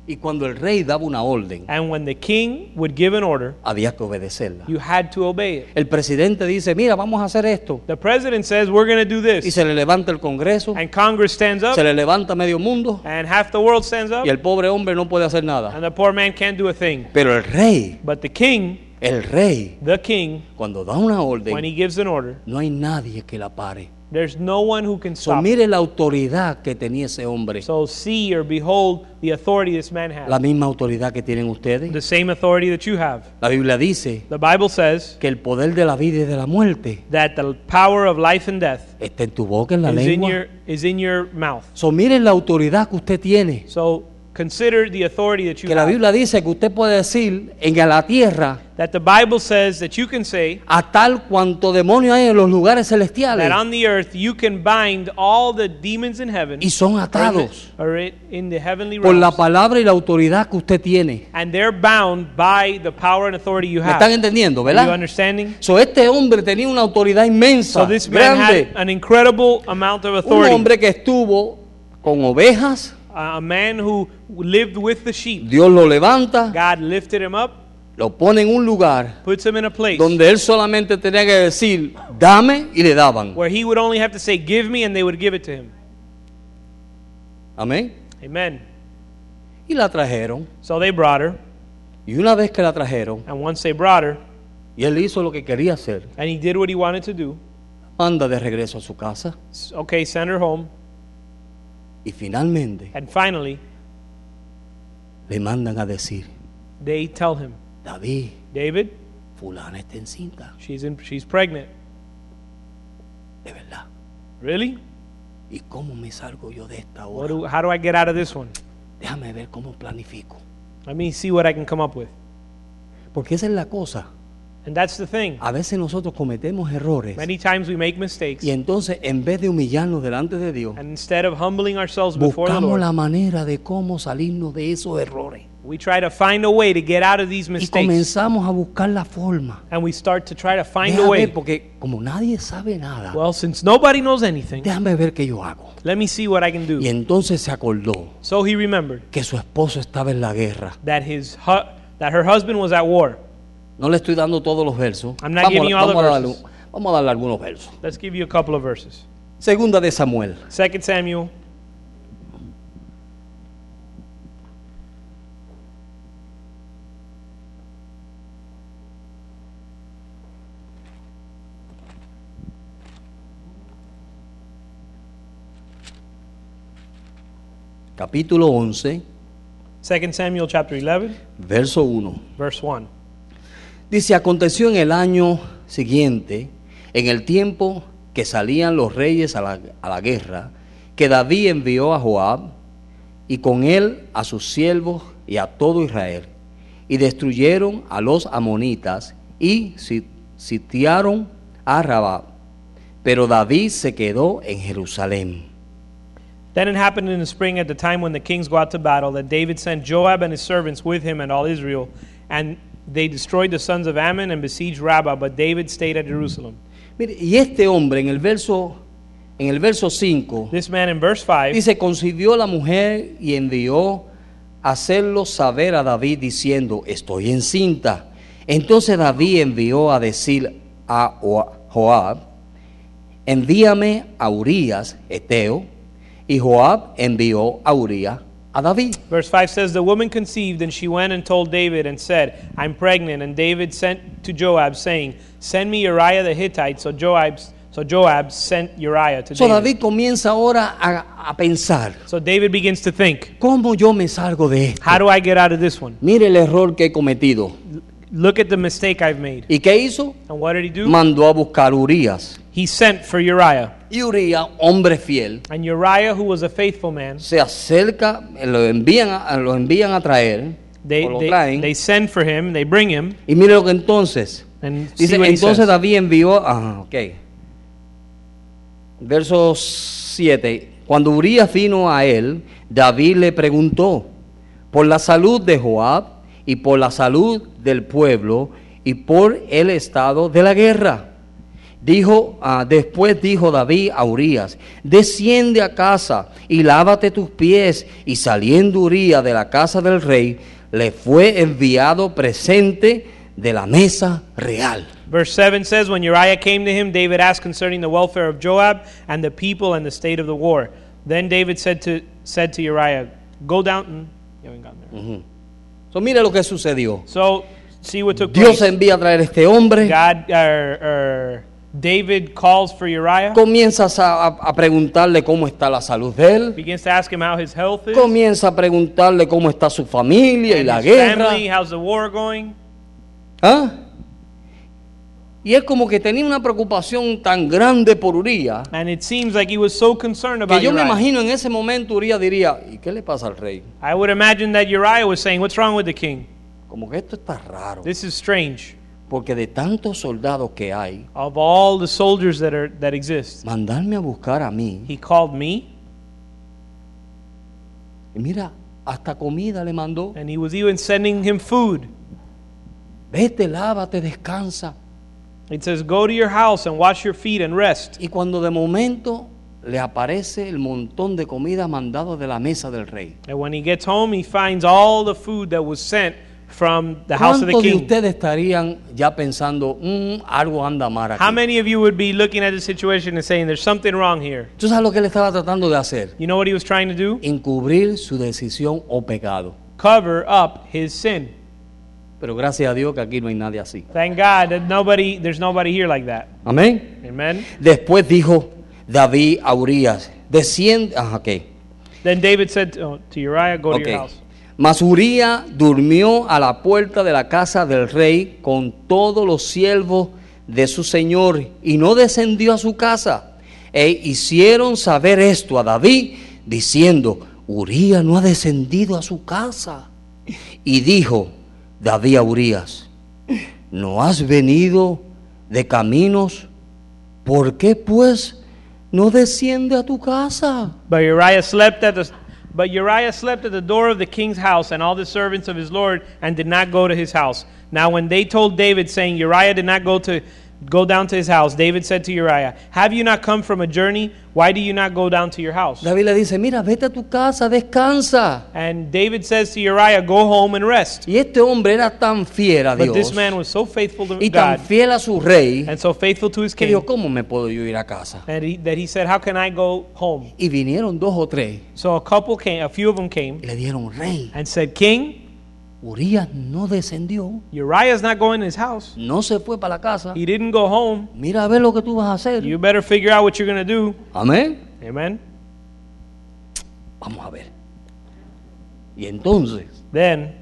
A: Y cuando el rey daba una orden,
B: And when the king would give an order,
A: había que obedecerla.
B: you had to obey it.
A: El presidente dice, mira, vamos a hacer esto.
B: The president says, We're going to do
A: Y
B: this.
A: se le levanta el Congreso,
B: And Congress stands
A: se
B: up,
A: le levanta medio mundo
B: and half the world stands up,
A: y el pobre hombre no puede hacer nada.
B: and the poor man can't do a thing.
A: Pero el rey,
B: But the king,
A: el rey,
B: the king,
A: cuando da una
B: when
A: orden,
B: he gives an order,
A: no hay nadie que la pare.
B: there's no one who can
A: So,
B: stop. him.
A: mire la autoridad que tenía ese hombre,
B: So see or behold the authority this man
A: la
B: has,
A: misma autoridad que tienen
B: the
A: ustedes.
B: same authority that you have.
A: La Biblia dice
B: The Bible says
A: que el poder de la vida y de la muerte
B: that the power of life and death
A: está en tu boca, en la
B: is in
A: lengua.
B: your is in your mouth.
A: So, mire la autoridad que usted tiene.
B: So consider the authority that you
A: Que la
B: have.
A: Biblia dice que usted puede decir en la tierra
B: That the Bible says that you can say
A: a tal cuanto demonio hay en los lugares celestiales
B: that on the earth you can bind all the demons in heaven
A: y son
B: or in the-
A: atados
B: or in in the heavenly
A: por la
B: realms,
A: palabra y la autoridad que usted tiene.
B: and they're bound by the power and authority you
A: ¿Me están
B: have.
A: entendiendo,
B: Are you
A: verdad?
B: understanding?
A: So, este hombre tenía una autoridad
B: So
A: inmensa,
B: this man had
A: grande,
B: an incredible amount of
A: un
B: authority.
A: hombre que estuvo con ovejas,
B: a a man who lived with the sheep.
A: Dios lo levanta,
B: God lifted him up,
A: lo pone en un lugar
B: puts him in a place
A: donde él solamente tenía que decir, dame y le daban.
B: where he would only have to say, Give me, and they would give it to him.
A: Amén.
B: Amen.
A: Y la trajeron.
B: So they brought her,
A: Y una vez que la trajeron,
B: and once they brought her,
A: y él hizo lo que quería hacer,
B: and he did what he wanted to do,
A: manda de regreso a su casa.
B: s- okay, send her home,
A: Y finalmente
B: and finally,
A: le mandan a decir,
B: they tell him,
A: David,
B: David,
A: fulana está encinta,
B: she's, in, she's pregnant.
A: de verdad.
B: Really?
A: ¿Y cómo me salgo yo de esta
B: What
A: hora?
B: do, how do I get out of this one?
A: Déjame ver cómo planifico.
B: Let me see what I can come up with.
A: Porque esa es la cosa.
B: And that's the thing.
A: A veces nosotros cometemos errores
B: Many times we make mistakes,
A: y entonces en vez de humillarnos delante de Dios,
B: and instead of humbling ourselves before the
A: buscamos
B: Lord,
A: la manera de cómo salirnos de esos errores.
B: We try to find a way to get out of these
A: Y
B: mistakes.
A: comenzamos a buscar la forma.
B: And we start to try to find a
A: Déjame ver,
B: way.
A: porque como nadie sabe nada,
B: Well, since nobody knows anything,
A: déjame ver qué yo hago.
B: let me see what I can
A: Y
B: do.
A: entonces se acordó
B: So he remembered
A: que su esposo estaba en la guerra.
B: that his hu- that her husband was at war.
A: No le estoy dando todos los versos.
B: I'm not
A: Vamos,
B: giving you all the
A: vamos a darle,
B: verses.
A: vamos a darle algunos versos.
B: Let's give you a couple of verses.
A: Segunda de Samuel.
B: 2 Samuel
A: capítulo 11,
B: 2 Samuel chapter 11,
A: verso 1.
B: verse 1.
A: Dice, aconteció en el año siguiente, en el tiempo que salían los reyes a la, a la guerra, que David envió a Joab y con él a sus siervos y a todo Israel, y destruyeron a los amonitas y si- sitiaron a Rabá. Pero David se quedó en Jerusalén.
B: Then it happened in the spring at the time when the kings go out to battle that David sent Joab and his servants with him and all Israel, and they destroyed the sons of Ammon and besieged Rabbah, but David stayed at Jerusalem.
A: Mire, y este hombre en el verso en el verso 5
B: This man in verse 5
A: Dice, concibió la mujer y envió a hacerlo saber a David diciendo, estoy encinta. Entonces David envió a decir a Oa- Joab, envíame a Urías, Eteo, y Joab envió a Urías a David.
B: Verse 5 says, The woman conceived, and she went and told David and said, I'm pregnant. And David sent to Joab, saying, Send me Uriah the Hittite. So Joab, so Joab sent Uriah to
A: So
B: David.
A: David comienza ahora a, a pensar,
B: So David begins to think,
A: ¿cómo yo me salgo de esto?
B: How do I get out of this one?
A: Mire el error que he cometido.
B: Look at the mistake I've made.
A: ¿Y qué hizo?
B: And what did he do?
A: Mandó a buscar a Urías.
B: He sent for Uriah.
A: Y Urías, hombre fiel,
B: And Uriah, who was a faithful man,
A: se acerca, eh, lo envían a, lo envían a traer,
B: they,
A: o lo
B: they,
A: traen,
B: they send for him, they bring him,
A: y mire lo que entonces.
B: and see
A: Dice,
B: what he
A: entonces
B: says.
A: David envió, ajá, ok. Verso 7. Cuando Urias vino a él, David le preguntó por la salud de Joab y por la salud del pueblo y por el estado de la guerra. Dijo, ah, después dijo David a Urías, desciende a casa y lávate tus pies. Y saliendo Urías de la casa del rey, le fue enviado presente de la mesa real.
B: Verse 7 says, When Uriah came to him, David asked concerning the welfare of Joab and the people and the state of the war. Then David said to, said to Uriah, Go down. mm, you haven't gotten there.
A: So, mira lo que sucedió.
B: So, see what took
A: Dios
B: place.
A: envía a traer a este hombre.
B: God, er, er, David calls for Uriah,
A: Comienzas a, a- a preguntarle cómo está la salud de él.
B: begins to ask him how his health is,
A: Comienza a preguntarle cómo está su familia y
B: and
A: la
B: his
A: guerra.
B: family, how's the war going.
A: ¿Ah? Y es como que tenía una preocupación tan grande por Uría
B: And it seems like he was so concerned
A: que
B: about
A: yo me
B: Uriah.
A: imagino en ese momento Uría diría, ¿y qué le pasa al rey?
B: I would imagine that Uriah was saying, What's wrong with the king?
A: Como que esto está raro,
B: This is strange.
A: porque de tantos soldados que hay,
B: Of all the soldiers that, are, that exist,
A: mandarme a buscar a mí.
B: he called me,
A: Y mira, hasta comida le mandó.
B: and he was even sending him food.
A: Vete, lávate, descansa.
B: It says, Go to your house and wash your feet and rest.
A: Y cuando de momento le aparece el montón de comida mandado de la mesa del rey.
B: And when he gets home, he finds all the food that was sent from the house of the
A: ¿Cuántos de
B: king.
A: ustedes estarían ya pensando, "Mm, algo anda mal aquí?
B: How many of you would be looking at the situation and saying, There's something wrong here?
A: ¿Tú sabes lo que él estaba tratando de hacer?
B: You know what he was trying to do?
A: Encubrir su decisión o pecado.
B: Cover up his sin.
A: Pero gracias a Dios que aquí no hay nadie así.
B: Thank God that nobody, there's nobody here like that.
A: Amén.
B: Amen.
A: Después dijo David a Urias, desciende... Ajá, ok.
B: Then David said to, "Oh, to Uriah, Go
A: ok.
B: to your house.
A: Mas Uría durmió a la puerta de la casa del rey con todos los siervos de su señor y no descendió a su casa. E hicieron saber esto a David diciendo, Uría no ha descendido a su casa. Y dijo David a Urías, ¿no has venido de caminos? ¿Por qué pues no desciende a tu casa?
B: But Uriah slept at the but Uriah slept at the door of the king's house and all the servants of his lord and did not go to his house. Now when they told David saying Uriah did not go to go down to his house, David said to Uriah, "Have you not come from a journey? Why do you not go down to your house?"
A: David le dice, mira, vete a tu casa, descansa.
B: And David says to Uriah, "Go home and rest."
A: Y este hombre era tan fiel a
B: But this
A: Dios
B: man was so faithful to
A: y tan
B: God
A: fiel a su rey
B: and so faithful to his
A: que
B: king
A: dijo, ¿cómo me puedo yo ir a casa?
B: and he, that he said, "How can I go home?"
A: Y vinieron dos o tres
B: So a couple came, a few of them came
A: y le dieron, rey,
B: and said, "King,
A: Urias no descendió,
B: Uriah's not going to his house.
A: no se fue para la casa.
B: He didn't go home."
A: Mira a ver lo que tú vas a hacer.
B: You better figure out what you're going to do.
A: Amén.
B: Amen.
A: Vamos a ver. Y entonces,
B: Then,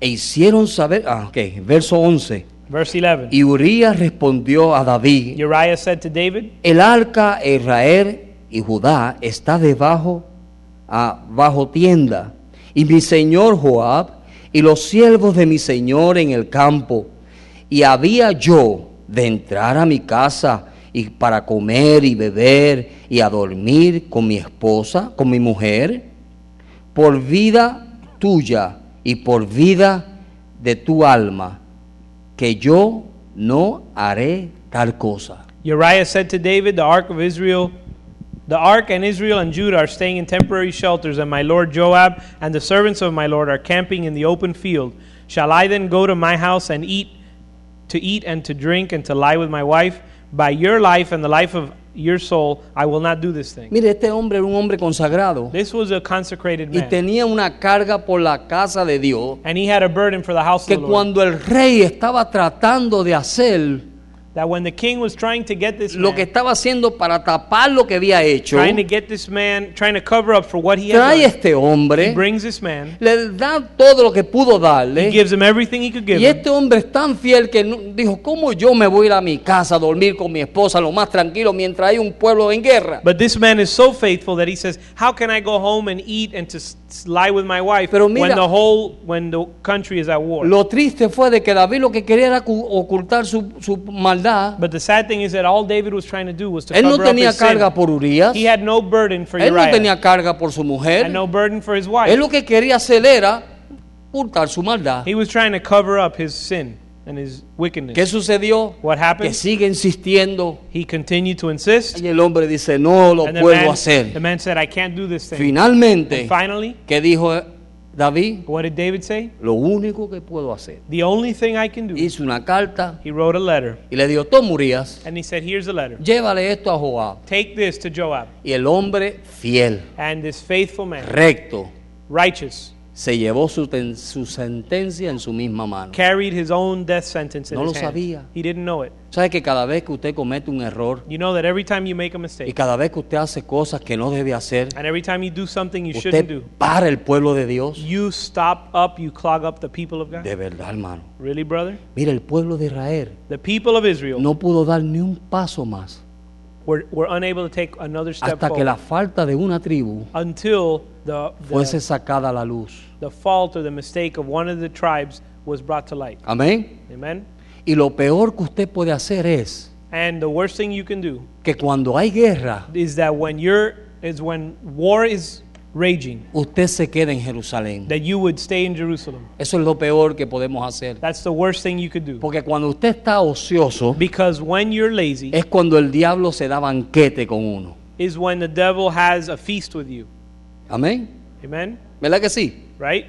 A: e hicieron saber, ah, ok, verso 11.
B: verse 11.
A: Y Urias respondió a David,
B: Uriah said to David,
A: El arca de Israel y Judá está debajo, ah, bajo tienda, y mi señor Joab y los siervos de mi señor en el campo. Y había yo de entrar a mi casa y para comer y beber y a dormir con mi esposa, con mi mujer, por vida tuya y por vida de tu alma, que yo no haré tal cosa.
B: Uriah said to David, the ark of Israel, the ark and Israel and Judah are staying in temporary shelters, and my lord Joab and the servants of my lord are camping in the open field. Shall I then go to my house and eat, to eat and to drink and to lie with my wife? By your life and the life of your soul, I will not do this thing.
A: Mire, este hombre era un hombre consagrado
B: This was a consecrated
A: y
B: man,
A: tenía una carga por la casa de Dios
B: and he had a burden for the house
A: que
B: of the Lord.
A: cuando el rey estaba tratando de hacer
B: that when the king was trying to get this
A: lo que
B: man,
A: estaba haciendo para tapar lo que había hecho,
B: trying to get this man, trying to cover up for what he had
A: trae a
B: done,
A: este
B: he
A: hombre,
B: brings this man,
A: le da todo lo que pudo
B: he
A: darle
B: gives him everything he could give
A: y
B: him,
A: este hombre es tan fiel que no- dijo, ¿cómo yo me voy a ir a mi casa a dormir con mi esposa lo más tranquilo mientras hay un pueblo en guerra?
B: but this man is so faithful that he says, "How can I go home and eat and to s- s- lie with my wife
A: Pero mira-
B: when the whole when the country is at war?"
A: Lo triste fue de que David lo que quería era cu- ocultar su, su maldad.
B: But the sad thing is that all David was trying to do was to
A: Él no
B: cover up
A: tenía
B: his
A: carga
B: sin.
A: por Urias.
B: He had no burden for
A: Él no
B: Uriah
A: tenía carga por su
B: and
A: mujer.
B: no burden for his wife.
A: Él lo que quería hacer era ocultar su maldad.
B: He was trying to cover up his sin. and his
A: ¿Qué
B: wickedness.
A: sucedió?
B: What
A: Que
B: happened?
A: sigue insistiendo
B: He continued to insist.
A: y el hombre dice, no lo
B: And the
A: puedo
B: man, the
A: hacer.
B: man said, I can't do this thing.
A: Finalmente,
B: And finally,
A: ¿qué dijo eh, David?
B: what did David say?
A: Lo único que puedo hacer.
B: The only thing I can do.
A: Hizo una carta
B: He wrote a letter.
A: y le dijo, tú Murías,
B: And he said, Here's a letter.
A: llévale esto a Joab.
B: Take this to Joab.
A: Y el hombre fiel,
B: And this faithful man,
A: recto,
B: righteous,
A: se llevó su, ten- su sentencia en su misma mano.
B: carried his own death sentence in
A: No
B: his
A: lo
B: hand.
A: sabía.
B: He didn't know it.
A: ¿Sabe que cada vez que usted comete un error
B: You know that every time you make a
A: y
B: mistake
A: cada vez que usted hace cosas que no debe hacer,
B: and every time you do something you shouldn't
A: usted
B: do,
A: para el pueblo de Dios?
B: you stop up, you clog up the people of God?
A: De verdad, hermano.
B: Really, brother?
A: Mira, el pueblo de Israel
B: The people of Israel
A: no pudo dar ni un paso más
B: were, were unable to take another step
A: hasta que la
B: forward
A: falta de una tribu
B: until the,
A: fuese
B: the,
A: sacada a la luz.
B: the fault or the mistake of one of the tribes was brought to light.
A: Amén.
B: Amen?
A: Y lo peor que usted puede hacer es
B: And the worst thing you can do
A: que cuando hay guerra,
B: is that when you're is when war is raging
A: usted se quede en Jerusalén.
B: that you would stay in Jerusalem.
A: Eso es lo peor que podemos hacer.
B: That's the worst thing you could do.
A: Porque cuando usted está ocioso,
B: Because when you're lazy
A: es cuando el diablo se da banquete con uno.
B: is when the devil has a feast with you.
A: Amén.
B: Amen?
A: ¿Verdad que sí?
B: Right?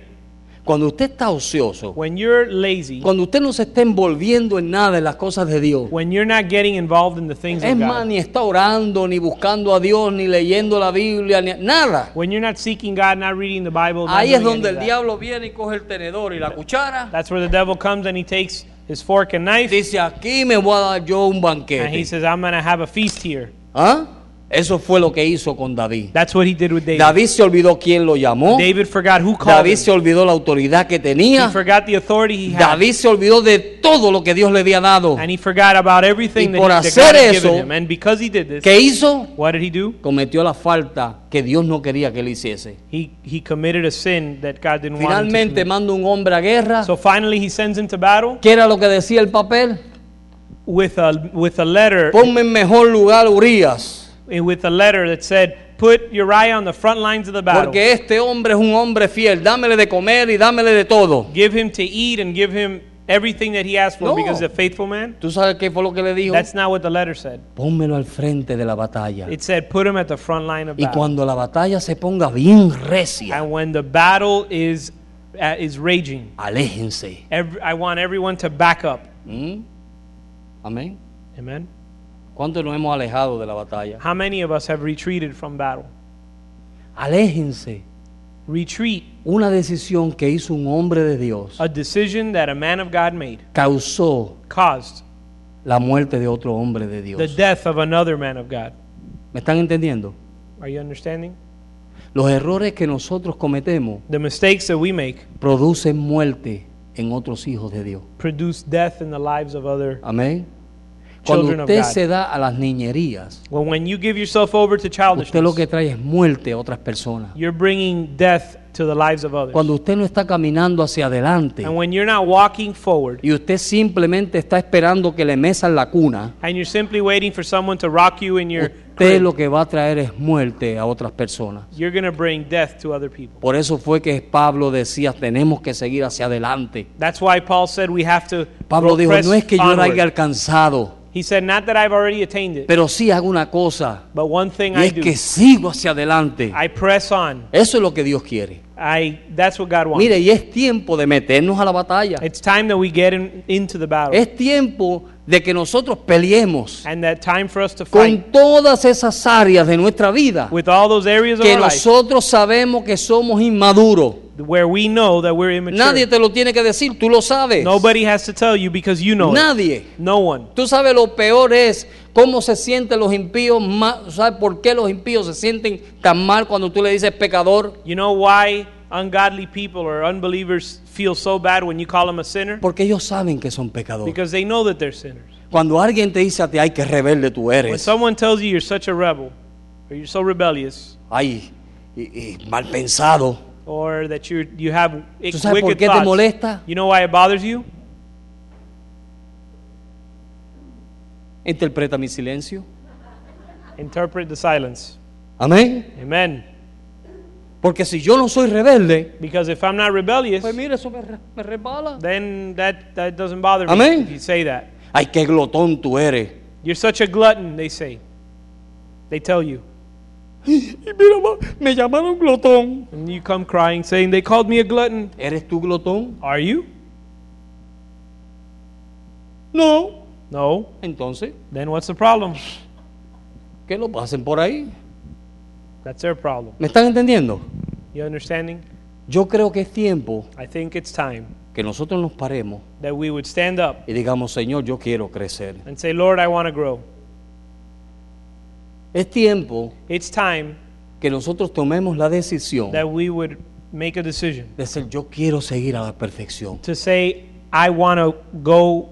A: Cuando usted está ocioso,
B: When you're lazy,
A: cuando usted no se está envolviendo en nada de las cosas de Dios,
B: when you're not getting involved in the things
A: es
B: of
A: más,
B: God,
A: ni está orando, ni buscando a Dios, ni leyendo la Biblia, ni nada.
B: when you're not seeking God, not reading the Bible, not
A: Ahí es
B: doing any
A: donde
B: of
A: el
B: that,
A: diablo viene y coge el tenedor y la cuchara.
B: that's where the devil comes and he takes his fork and knife
A: Dice, aquí me voy a dar yo un
B: and he
A: banquete.
B: says, I'm going to have a feast here.
A: ¿Ah? Eso fue lo que hizo con David.
B: That's what he did with David.
A: David se olvidó quién lo llamó.
B: David forgot who called
A: David
B: him.
A: se olvidó la autoridad que
B: He
A: tenía.
B: forgot the authority he had.
A: David se olvidó de todo lo que Dios le había dado.
B: And he forgot about everything
A: Y
B: that,
A: por
B: he, that
A: hacer
B: God had given
A: eso-
B: him. And because he did this,
A: ¿Qué hizo?
B: what did he do?
A: Cometió la falta que Dios no quería que él hiciese.
B: He, he committed a sin that God didn't want him to
A: Finalmente
B: commit.
A: manda un hombre a guerra.
B: So finally, he sends him to battle
A: ¿Qué era lo que decía el papel?
B: with a, with a letter eh,
A: Ponme en mejor lugar Urias,
B: with a letter that said, "Put Uriah on the front lines of the battle.
A: porque este hombre es un hombre fiel. Dámele de comer y dámele de todo.
B: Give him to eat and give him everything that he asked for,
A: No.
B: because he's a faithful man."
A: ¿Tú sabes qué fue lo que le dijo?
B: That's not what the letter said.
A: Pónmelo al frente de la batalla.
B: It said, "Put him at the front line of
A: Y
B: battle."
A: cuando la batalla se ponga bien recia,
B: And when the battle is uh, is raging,
A: aléjense.
B: every, I want everyone to back up.
A: ¿Mm? Amén.
B: Amen.
A: ¿Cuántos nos hemos alejado de la batalla?
B: How many of us have retreated from battle?
A: Aléjense.
B: Retreat,
A: Una decisión que hizo un hombre de Dios
B: a decision that a man of God made,
A: causó
B: caused
A: la muerte de otro hombre de
B: the
A: Dios.
B: death of another man of God.
A: ¿Me están entendiendo?
B: Are you understanding?
A: Los errores que nosotros cometemos
B: The mistakes that we make
A: producen muerte en otros hijos de Dios.
B: produce death in the lives of other.
A: Amén. Cuando
B: Children of
A: usted
B: God.
A: se da a las niñerías,
B: Well, when you give yourself over to
A: usted lo
B: childishness,
A: que trae es muerte a otras personas.
B: you're bringing death to the lives of others.
A: Cuando usted no está caminando hacia adelante
B: And when you're not walking forward
A: y usted simplemente está esperando que le mesan la cuna,
B: and you're simply waiting for someone to rock you in your
A: usted
B: crib,
A: lo que va a traer es muerte a otras personas.
B: you're going to bring death to other people.
A: Por eso fue que Pablo decía, tenemos que seguir hacia adelante.
B: That's why Paul said we have to
A: Pablo dijo,
B: press
A: no es que yo lo
B: onward."
A: haya alcanzado,
B: He said, not that I've already attained it,
A: pero sí hago una cosa,
B: but one thing
A: y
B: I
A: es
B: do,
A: que sigo hacia adelante.
B: I press on.
A: Eso es lo que Dios quiere.
B: I that's what God wants.
A: Mire, y es tiempo de meternos a la batalla.
B: It's time that we get in, into the battle.
A: Es tiempo de que nosotros peleemos
B: and that time for us to fight
A: con todas esas áreas de nuestra vida
B: with all those areas of
A: que
B: our life
A: nosotros sabemos que somos inmaduros.
B: where we know that we're immature.
A: Nadie te lo tiene que decir, tú lo sabes.
B: Nobody has to tell you because you know it.
A: Nadie.
B: No one.
A: Tú sabes lo peor es cómo se sienten los impíos, ma- ¿sabes por qué los impíos se sienten tan mal cuando tú le dices pecador?
B: You know why ungodly people or unbelievers feel so bad when you call them a sinner?
A: Porque ellos saben que son pecadores.
B: Because they know that they're sinners.
A: Cuando alguien te dice a ti, ay, qué rebelde tú
B: When
A: eres,
B: someone tells you you're such a rebel or you're so rebellious
A: ay, y- y mal pensado,
B: or that you you have
A: ¿tú
B: wicked
A: sabes por qué te
B: thoughts.
A: molesta?
B: You know why it bothers you?
A: Interpreta mi silencio.
B: Interpret the silence.
A: Amén.
B: Amen.
A: Porque si yo no soy rebelde,
B: Because if I'm not rebellious,
A: pues mira, eso me, re- me resbala.
B: then that, that doesn't bother me
A: Amén.
B: if you say that.
A: Ay, qué glotón tú eres.
B: You're such a glutton, they say. They tell you.
A: Y mira, ma, me llamaron glotón.
B: And you come crying saying, They called me a glutton.
A: ¿Eres tú glotón?
B: Are you?
A: No.
B: No.
A: Entonces,
B: Then what's the problem?
A: que lo pasen por ahí.
B: That's their problem.
A: ¿Me están entendiendo?
B: You understanding?
A: Yo creo que es tiempo
B: I think it's time
A: que nosotros nos paremos
B: that we would stand up
A: y digamos, Señor, yo quiero crecer.
B: and say, Lord, I want to grow.
A: Es tiempo
B: It's time
A: que nosotros tomemos la decisión
B: that we would make a decision
A: de ser yo quiero seguir a la perfección.
B: to say, I want to go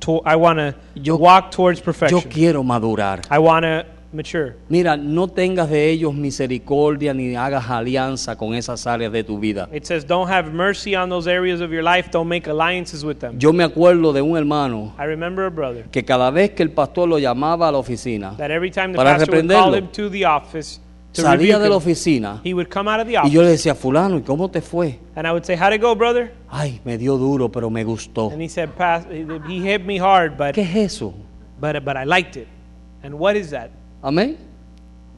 B: to, I want to
A: Yo-
B: walk towards
A: Yo
B: perfection.
A: quiero madurar.
B: I want to mature.
A: Mira, no tengas de ellos misericordia ni hagas alianza con esas áreas de tu vida.
B: It says, don't have mercy on those areas of your life. Don't make alliances with them.
A: Yo me acuerdo de un hermano
B: I remember a brother
A: que cada vez que el pastor lo llamaba a la oficina,
B: that every time the
A: Para
B: pastor would call
A: reprenderlo.
B: him to the office to
A: salía
B: rebuke
A: de la
B: him,
A: oficina
B: he would come out of the
A: y
B: office
A: yo le decía, fulano, ¿y cómo te fue?
B: and I would say, how'd it go, brother?
A: Ay, me dio duro, pero me gustó.
B: And he said, Pas- he hit me hard, but,
A: ¿Qué es eso?
B: but, but I liked it. And what is that?
A: Amén.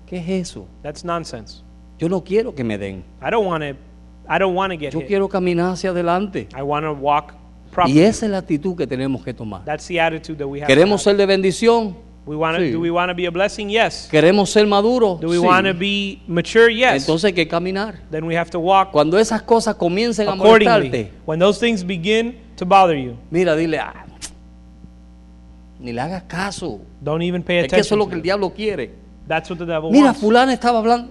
A: ¿Qué es eso?
B: That's nonsense.
A: Yo no quiero que me den.
B: I don't want to, I don't want to get
A: Yo
B: hit.
A: quiero caminar hacia adelante.
B: I want to walk
A: Y
B: properly.
A: esa es la actitud que tenemos que tomar.
B: That's the attitude that we have. to
A: ¿Queremos
B: have.
A: ser de bendición?
B: We want to,
A: Sí.
B: Do we want to be a blessing? Yes.
A: ¿Queremos ser maduros?
B: Do we
A: Sí.
B: want to be mature? Yes.
A: Entonces hay que caminar.
B: then we have to walk
A: Cuando esas cosas comiencen a
B: accordingly.
A: molestarte,
B: When those things begin to bother you,
A: mira, dile, "Ah, ni le hagas caso.
B: don't even pay
A: Es que eso es
B: attention.
A: lo
B: to
A: que el
B: them.
A: diablo quiere.
B: That's what the devil
A: Mira,
B: wants.
A: fulana estaba hablando.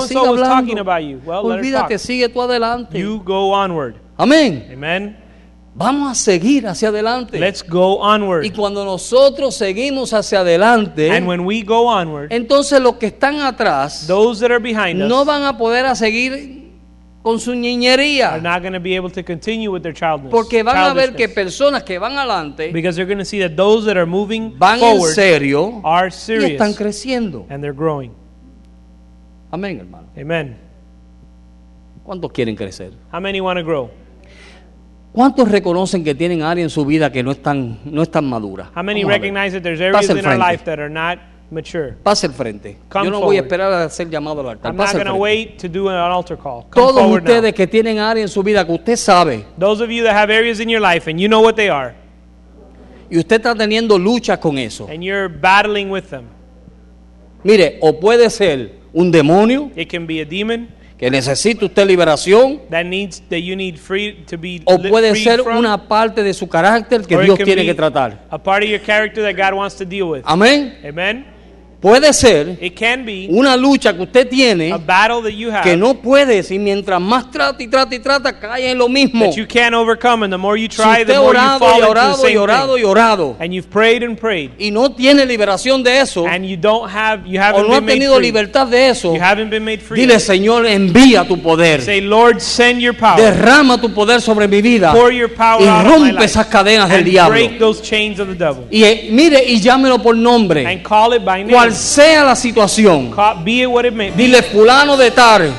A: So que
B: and
A: siga
B: so was talking
A: hablando.
B: about you. Well, let her
A: Olvídate,
B: talk.
A: sigue tú adelante.
B: You go onward.
A: Amén.
B: Amen.
A: Vamos a seguir hacia adelante.
B: Let's go
A: y
B: onward.
A: cuando nosotros seguimos hacia adelante,
B: And when we go onward,
A: entonces los que están atrás
B: those that are behind
A: no
B: us
A: van a poder a seguir con su
B: are
A: niñería.
B: not going to be able to continue with their childness.
A: Porque van a ver que
B: childishness.
A: personas que van adelante
B: because they're going to see that those that are moving
A: van en
B: forward
A: serio
B: are
A: y están
B: serious
A: creciendo.
B: and they're growing.
A: Amén, hermano.
B: Amen.
A: ¿Cuántos quieren crecer?
B: How many want to grow?
A: ¿Cuántos reconocen que tienen áreas en su vida que no están, no están maduras?
B: How many
A: Vamos a ver.
B: recognize that there's areas
A: Pasa al
B: in our
A: frente.
B: life that are not mature?
A: Pase al frente.
B: Come
A: Yo no voy a
B: forward.
A: esperar a ser llamado al altar.
B: I'm not
A: Pase al
B: going
A: frente.
B: to wait to do an altar call. Come
A: Todos
B: forward now.
A: ustedes que tienen áreas en su vida que usted sabe
B: Those of you that have areas in your life and you know what they are
A: y usted está teniendo luchas con eso.
B: and you're battling with them.
A: Mire, o puede ser un demonio
B: It can be a demon
A: que necesita usted liberación,
B: that needs that you need free to be
A: o
B: li-
A: puede
B: freed
A: ser
B: from,
A: una parte de su carácter que
B: or it
A: Dios
B: can
A: tiene
B: be
A: que tratar.
B: A part of your character that God wants to deal with.
A: Amén.
B: Amen.
A: Puede ser
B: It can be
A: una lucha que usted tiene
B: a battle that you have
A: que no puedes y mientras más trata y trata y trata cae en lo mismo.
B: that you can't overcome and the more you
A: Si
B: try
A: usted
B: the
A: ha
B: more you
A: orado
B: fall
A: y
B: into the
A: orado y
B: same
A: orado
B: thing.
A: y orado
B: And you've prayed and prayed
A: y no tiene liberación de eso
B: and you don't have you
A: o
B: haven't
A: no ha
B: been made
A: tenido
B: free.
A: libertad de eso,
B: You haven't been made free.
A: dile Señor envía tu poder,
B: Say, Lord, send your power.
A: derrama tu poder sobre mi vida
B: Pour your power
A: y
B: out of my
A: rompe
B: life.
A: esas cadenas del
B: and
A: diablo.
B: break those chains of the devil.
A: Y eh, mire y llámelo por nombre,
B: And call it by name.
A: cual sea la situación.
B: Call, be it what it may. Be,
A: Dile fulano de tal,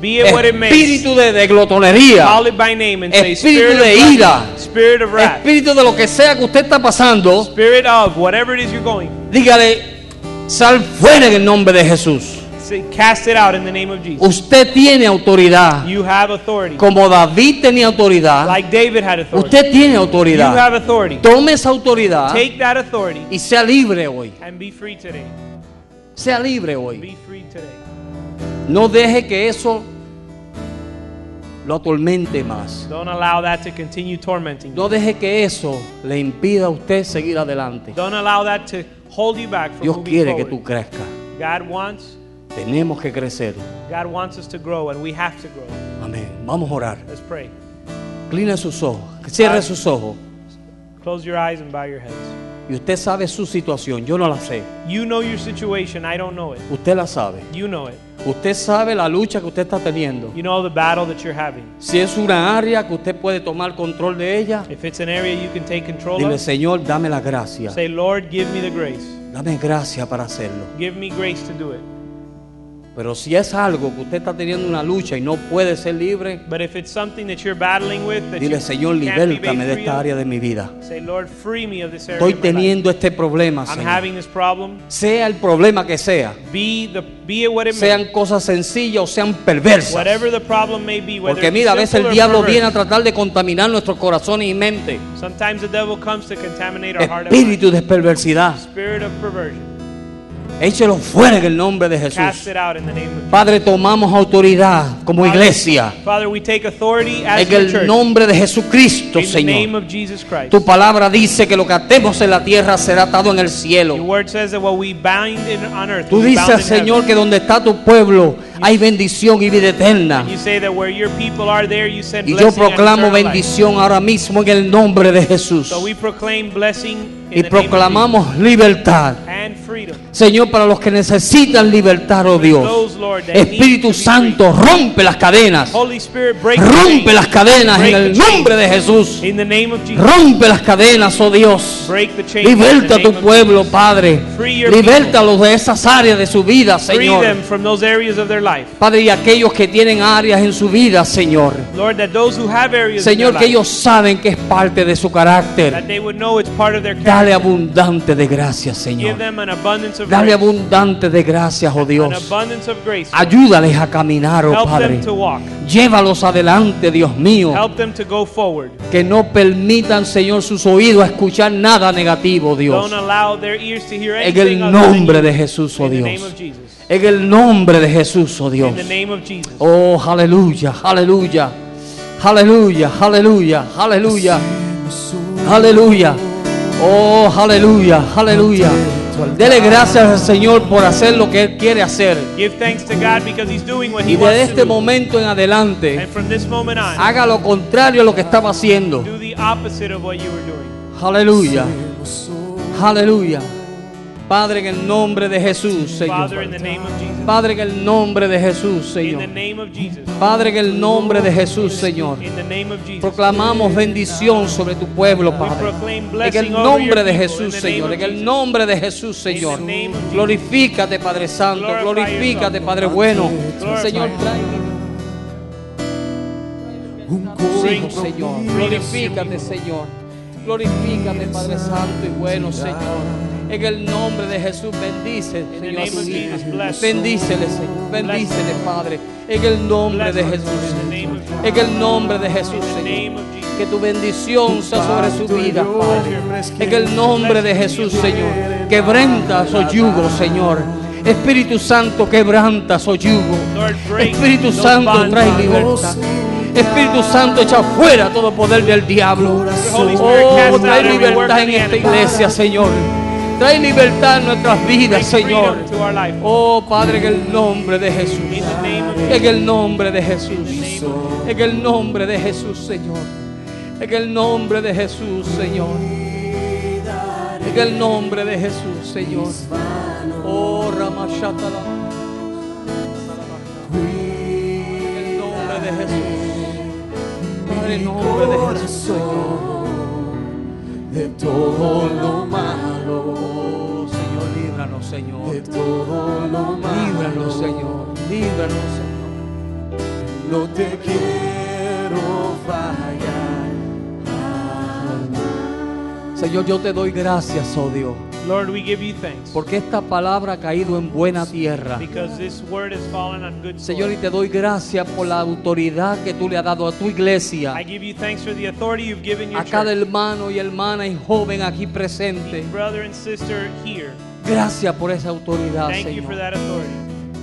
B: be it what it may.
A: espíritu de, de glotonería,
B: Call it by name and say,
A: Espíritu
B: Spirit
A: de
B: of
A: ira.
B: wrath. Spirit of wrath.
A: espíritu de lo que sea que usted está pasando,
B: Spirit of whatever it is you're going.
A: dígale, sal fuera en el nombre de Jesús.
B: Say, cast it out in the name of Jesus.
A: Usted tiene autoridad.
B: You have authority.
A: Como David tenía autoridad,
B: Like David had authority.
A: usted tiene
B: You have
A: autoridad.
B: authority.
A: Tome esa autoridad
B: Take that authority
A: y sea libre hoy.
B: and be free today.
A: Sea libre hoy.
B: Be free today.
A: No deje que eso lo atormente más.
B: Don't allow that to continue tormenting you.
A: No deje que eso le impida a usted seguir adelante.
B: Don't allow that to hold you back from
A: Dios
B: moving
A: quiere que
B: forward.
A: tú crezcas.
B: God wants
A: Tenemos que crecer.
B: God wants us to grow and we have to grow.
A: Amén. Vamos a orar.
B: Let's pray.
A: Incline sus ojos. Cierre sus ojos.
B: Close your eyes and bow your heads.
A: Y usted sabe su situación. Yo no la sé.
B: You know your situation, I don't know it.
A: Usted la sabe.
B: You know it.
A: Usted sabe la lucha que usted está teniendo.
B: You know the battle that you're having.
A: Si es una área que usted puede tomar control de ella,
B: If it's an area you can take control
A: dile,
B: of,
A: Señor, dame la gracia.
B: say, Lord, give me the grace.
A: Dame gracia para hacerlo.
B: Give me grace to do it.
A: Pero si es algo que usted está teniendo una lucha y no puede ser libre,
B: But if it's something that you're battling with, that
A: dile,
B: you
A: Señor,
B: can't be made
A: libértame de
B: free
A: esta
B: of,
A: área de mi vida.
B: say, Lord, free me of this area.
A: Estoy
B: of my life.
A: teniendo este problema,
B: I'm
A: Señor.
B: having this problem.
A: Sea el problema que sea,
B: Be the be it what it may.
A: sean cosas sencillas o sean perversas.
B: Whatever the problem may be, whether
A: Porque
B: it's
A: mira, a veces
B: simple
A: el
B: or
A: diablo
B: perverse,
A: viene a tratar de contaminar nuestros corazones y mente.
B: sometimes the devil comes to contaminate our heart and mind.
A: Espíritu de perversidad,
B: Spirit of perversion,
A: échelo fuera en el nombre de
B: cast
A: Jesús.
B: it out in the name of
A: Padre, tomamos autoridad como
B: Father-
A: iglesia
B: Father, we take authority as
A: en
B: the
A: el
B: church
A: nombre de Jesucristo,
B: in the name
A: Señor.
B: of Jesus Christ.
A: Tu palabra dice que lo que atemos en la tierra será atado en el
B: Your
A: cielo.
B: word says that what we bind in, on earth,
A: Tú
B: will be bound
A: dices,
B: in heaven.
A: Señor, que donde está tu pueblo hay bendición y vida eterna.
B: You say that where your people are, there you send
A: Y yo
B: blessing and
A: proclamo
B: eternal life.
A: bendición ahora mismo en el nombre de Jesús.
B: So we proclaim blessing in
A: Y
B: the name of
A: proclamamos libertad.
B: Jesus. and freedom.
A: Señor, para los que necesitan libertad, oh Dios.
B: Those, Lord, that need to
A: Espíritu
B: be
A: Santo, rompe las cadenas.
B: Holy Spirit, break the
A: Rompe
B: chains.
A: las cadenas
B: Break
A: en
B: the
A: el
B: chains.
A: nombre de Jesús.
B: In the name of Jesus,
A: Rompe las cadenas, oh Dios.
B: break the chains. in the
A: Liberta a
B: name
A: tu
B: of
A: pueblo, Padre.
B: Free your
A: Libértalos de esas áreas de su vida,
B: Jesus. Free them
A: Señor.
B: from those areas of their life.
A: Padre, y aquellos que tienen áreas en su vida, Señor.
B: Lord, that those who have areas in
A: Señor,
B: their
A: que
B: life,
A: ellos saben que es parte de su
B: that
A: carácter.
B: they would know it's part of their character.
A: Dale abundante de gracias,
B: Give
A: Señor.
B: them an abundance of
A: Dale
B: grace.
A: abundante de gracias, oh
B: An
A: Dios.
B: abundance of grace. Lord.
A: Ayúdales a caminar, oh
B: Help
A: Padre.
B: them to walk.
A: Llévalos adelante, Dios mío.
B: Help them to go forward.
A: Que no permitan, Señor, sus oídos a escuchar nada negativo,
B: Don't
A: Dios.
B: allow their ears to hear
A: En
B: anything
A: el
B: other than
A: nombre
B: you.
A: de Jesús, oh
B: In the name
A: Dios.
B: of Jesus.
A: En el nombre de Jesús, oh Dios.
B: In the name of Jesus.
A: Oh, aleluya, aleluya. Aleluya, aleluya, aleluya. Aleluya. Oh, aleluya, aleluya. Dele gracias al Señor por hacer lo que Él quiere hacer.
B: Give thanks to God because He's doing what He
A: Y
B: wants
A: desde
B: to
A: este
B: do.
A: momento en adelante,
B: and from this moment on,
A: haga lo contrario a lo que estaba haciendo.
B: do the opposite of what you were doing.
A: Aleluya. Aleluya. Padre, en el nombre de Jesús, Señor.
B: Father, in the name of Jesus.
A: Padre, en el nombre de Jesús,
B: In the
A: Señor.
B: name of Jesus.
A: Padre, en el nombre de Jesús, Señor.
B: In the name of Jesus.
A: Proclamamos bendición sobre tu pueblo,
B: We
A: Padre.
B: proclaim
A: En
B: blessing
A: el
B: over your
A: nombre de
B: people.
A: Jesús,
B: in the name
A: Señor.
B: of
A: En el
B: Jesus.
A: nombre de Jesús, Señor.
B: In the name of Jesus.
A: Glorifícate, Padre Santo.
B: Glorify
A: Glorifícate,
B: yourself.
A: Padre bueno.
B: Glorify
A: Señor,
B: yourself.
A: trae Señor,
B: Bring-
A: Señor.
B: bring-
A: Glorifícate, Señor. Glorifícate, Padre Santo y bueno, Señor. En el nombre de Jesús, bendice,
B: the
A: Señor, a
B: name
A: tu
B: of
A: hija.
B: Jesus, bless.
A: Bendícele, Señor. Bendícele, Padre. En el nombre de
B: Bless.
A: Jesús.
B: In the name of Jesus.
A: En el nombre de Jesús,
B: In the
A: Señor.
B: name of Jesus.
A: Que tu bendición sea sobre su vida, Padre. En el nombre de Jesús, Señor. Quebranta esos yugos, Señor. Espíritu Santo, quebranta esos yugos.
B: Lord, break
A: Espíritu
B: those
A: Santo,
B: bonds,
A: trae
B: Father.
A: libertad. Espíritu Santo, echa fuera todo poder del diablo.
B: Holy Spirit,
A: Oh,
B: cast out
A: trae
B: every work of
A: libertad en
B: the
A: esta
B: enemy.
A: iglesia, Señor. Trae libertad en nuestras vidas,
B: Bring
A: Señor.
B: freedom to our life.
A: Oh, Padre, en el nombre de Jesús.
B: In the name of Jesus.
A: En el nombre de Jesús. En el nombre de Jesús, Señor. En el nombre de Jesús, Señor. En el nombre de Jesús, Señor. Oh, Ramashatala. En el nombre de Jesús. Padre, en nombre de Jesús, Señor.
C: de todo lo malo,
A: Oh, Señor, líbranos, Señor.
C: de todo lo malo.
A: Líbranos, Señor. Líbranos, Señor.
C: No te quiero fallar.
A: Señor, yo te doy gracias, oh Dios,
B: Lord, we give you thanks
A: porque esta palabra ha caído en buena tierra.
B: because this word has fallen on good
A: Señor, y
B: soil.
A: te doy gracias por la autoridad que tú le has dado a tu
B: I
A: iglesia,
B: give you thanks for the authority you've given your
A: a cada
B: church.
A: hermano y hermana y joven aquí presente.
B: Brother and sister here,
A: Gracias por esa autoridad,
B: thank you for
A: Ah, Señor.
B: that authority.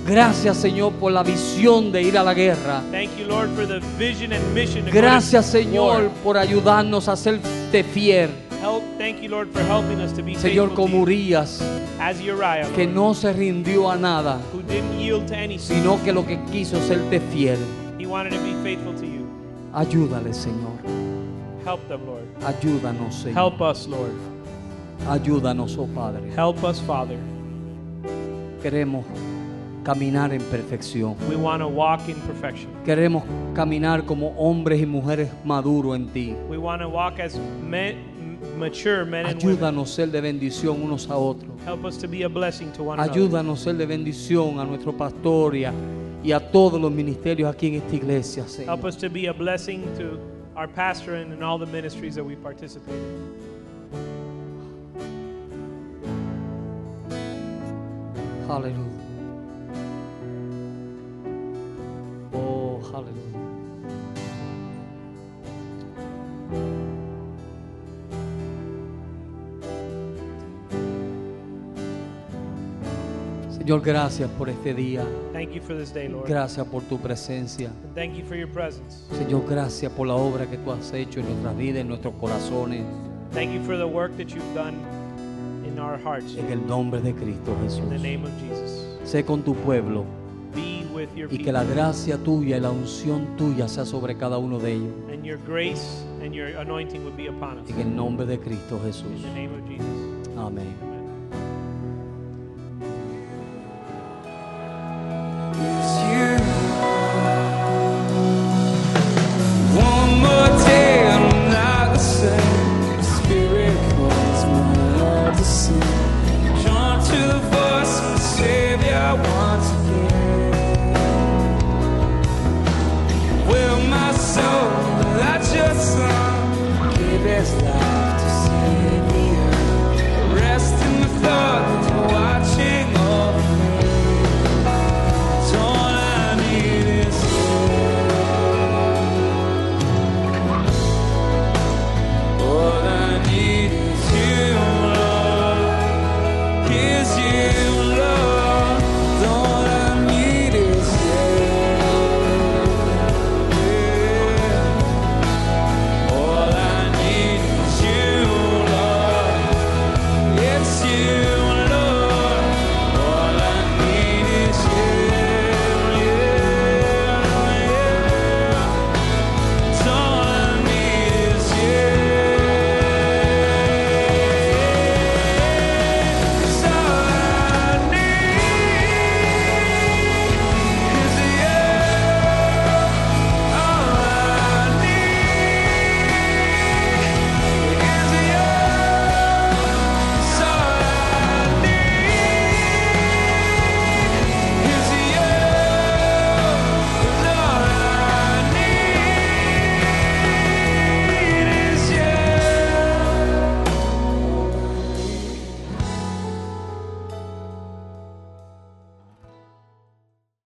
A: Gracias, Señor, por la visión de ir a la guerra.
B: Thank you, Lord, for the vision and mission. to go to
A: Gracias, Señor,
B: war.
A: por ayudarnos a serte fiel.
B: Help, thank you, Lord, for helping us to be
A: Señor,
B: faithful to
A: como
B: you.
A: Urias,
B: as Uriah,
A: que
B: Lord,
A: no se rindió a nada,
B: who didn't yield to anything.
A: sino que lo que quiso es serte fiel.
B: He wanted to be faithful to you.
A: Ayúdale, Señor.
B: Help them, Lord.
A: Ayúdanos, Señor.
B: Help us, Lord.
A: Ayúdanos, oh Padre.
B: Help us, Father.
A: Queremos caminar en perfección.
B: We want to walk in perfection.
A: Queremos caminar como hombres y mujeres maduros en ti.
B: We want to walk as men, mature men and women.
A: Ayúdanos a ser de bendición unos a otros.
B: Help us to be a blessing to one another.
A: Ayúdanos a ser de bendición a nuestro pastor y a, y a todos los ministerios aquí en esta iglesia, Señor.
B: Help us to be a blessing to our pastor and in all the ministries that we participate in.
A: Aleluya. Oh, aleluya. Señor, gracias por este día.
B: Thank you for this day, Lord.
A: Gracias por tu presencia.
B: And thank you for your presence.
A: Señor, gracias por la obra que tú has hecho en nuestras vidas, en nuestros corazones.
B: Thank you for the work that you've done in our hearts.
A: En el nombre de Cristo
B: In the
A: Jesús.
B: name of Jesus.
A: Sé con tu pueblo
B: Be with your
A: y que la
B: people.
A: gracia tuya y la unción tuya sea sobre cada uno de ellos.
B: And your grace and your anointing would be upon us.
A: En el nombre de Cristo
B: In
A: Jesús.
B: the name of Jesus.
A: Amén.
B: Amen.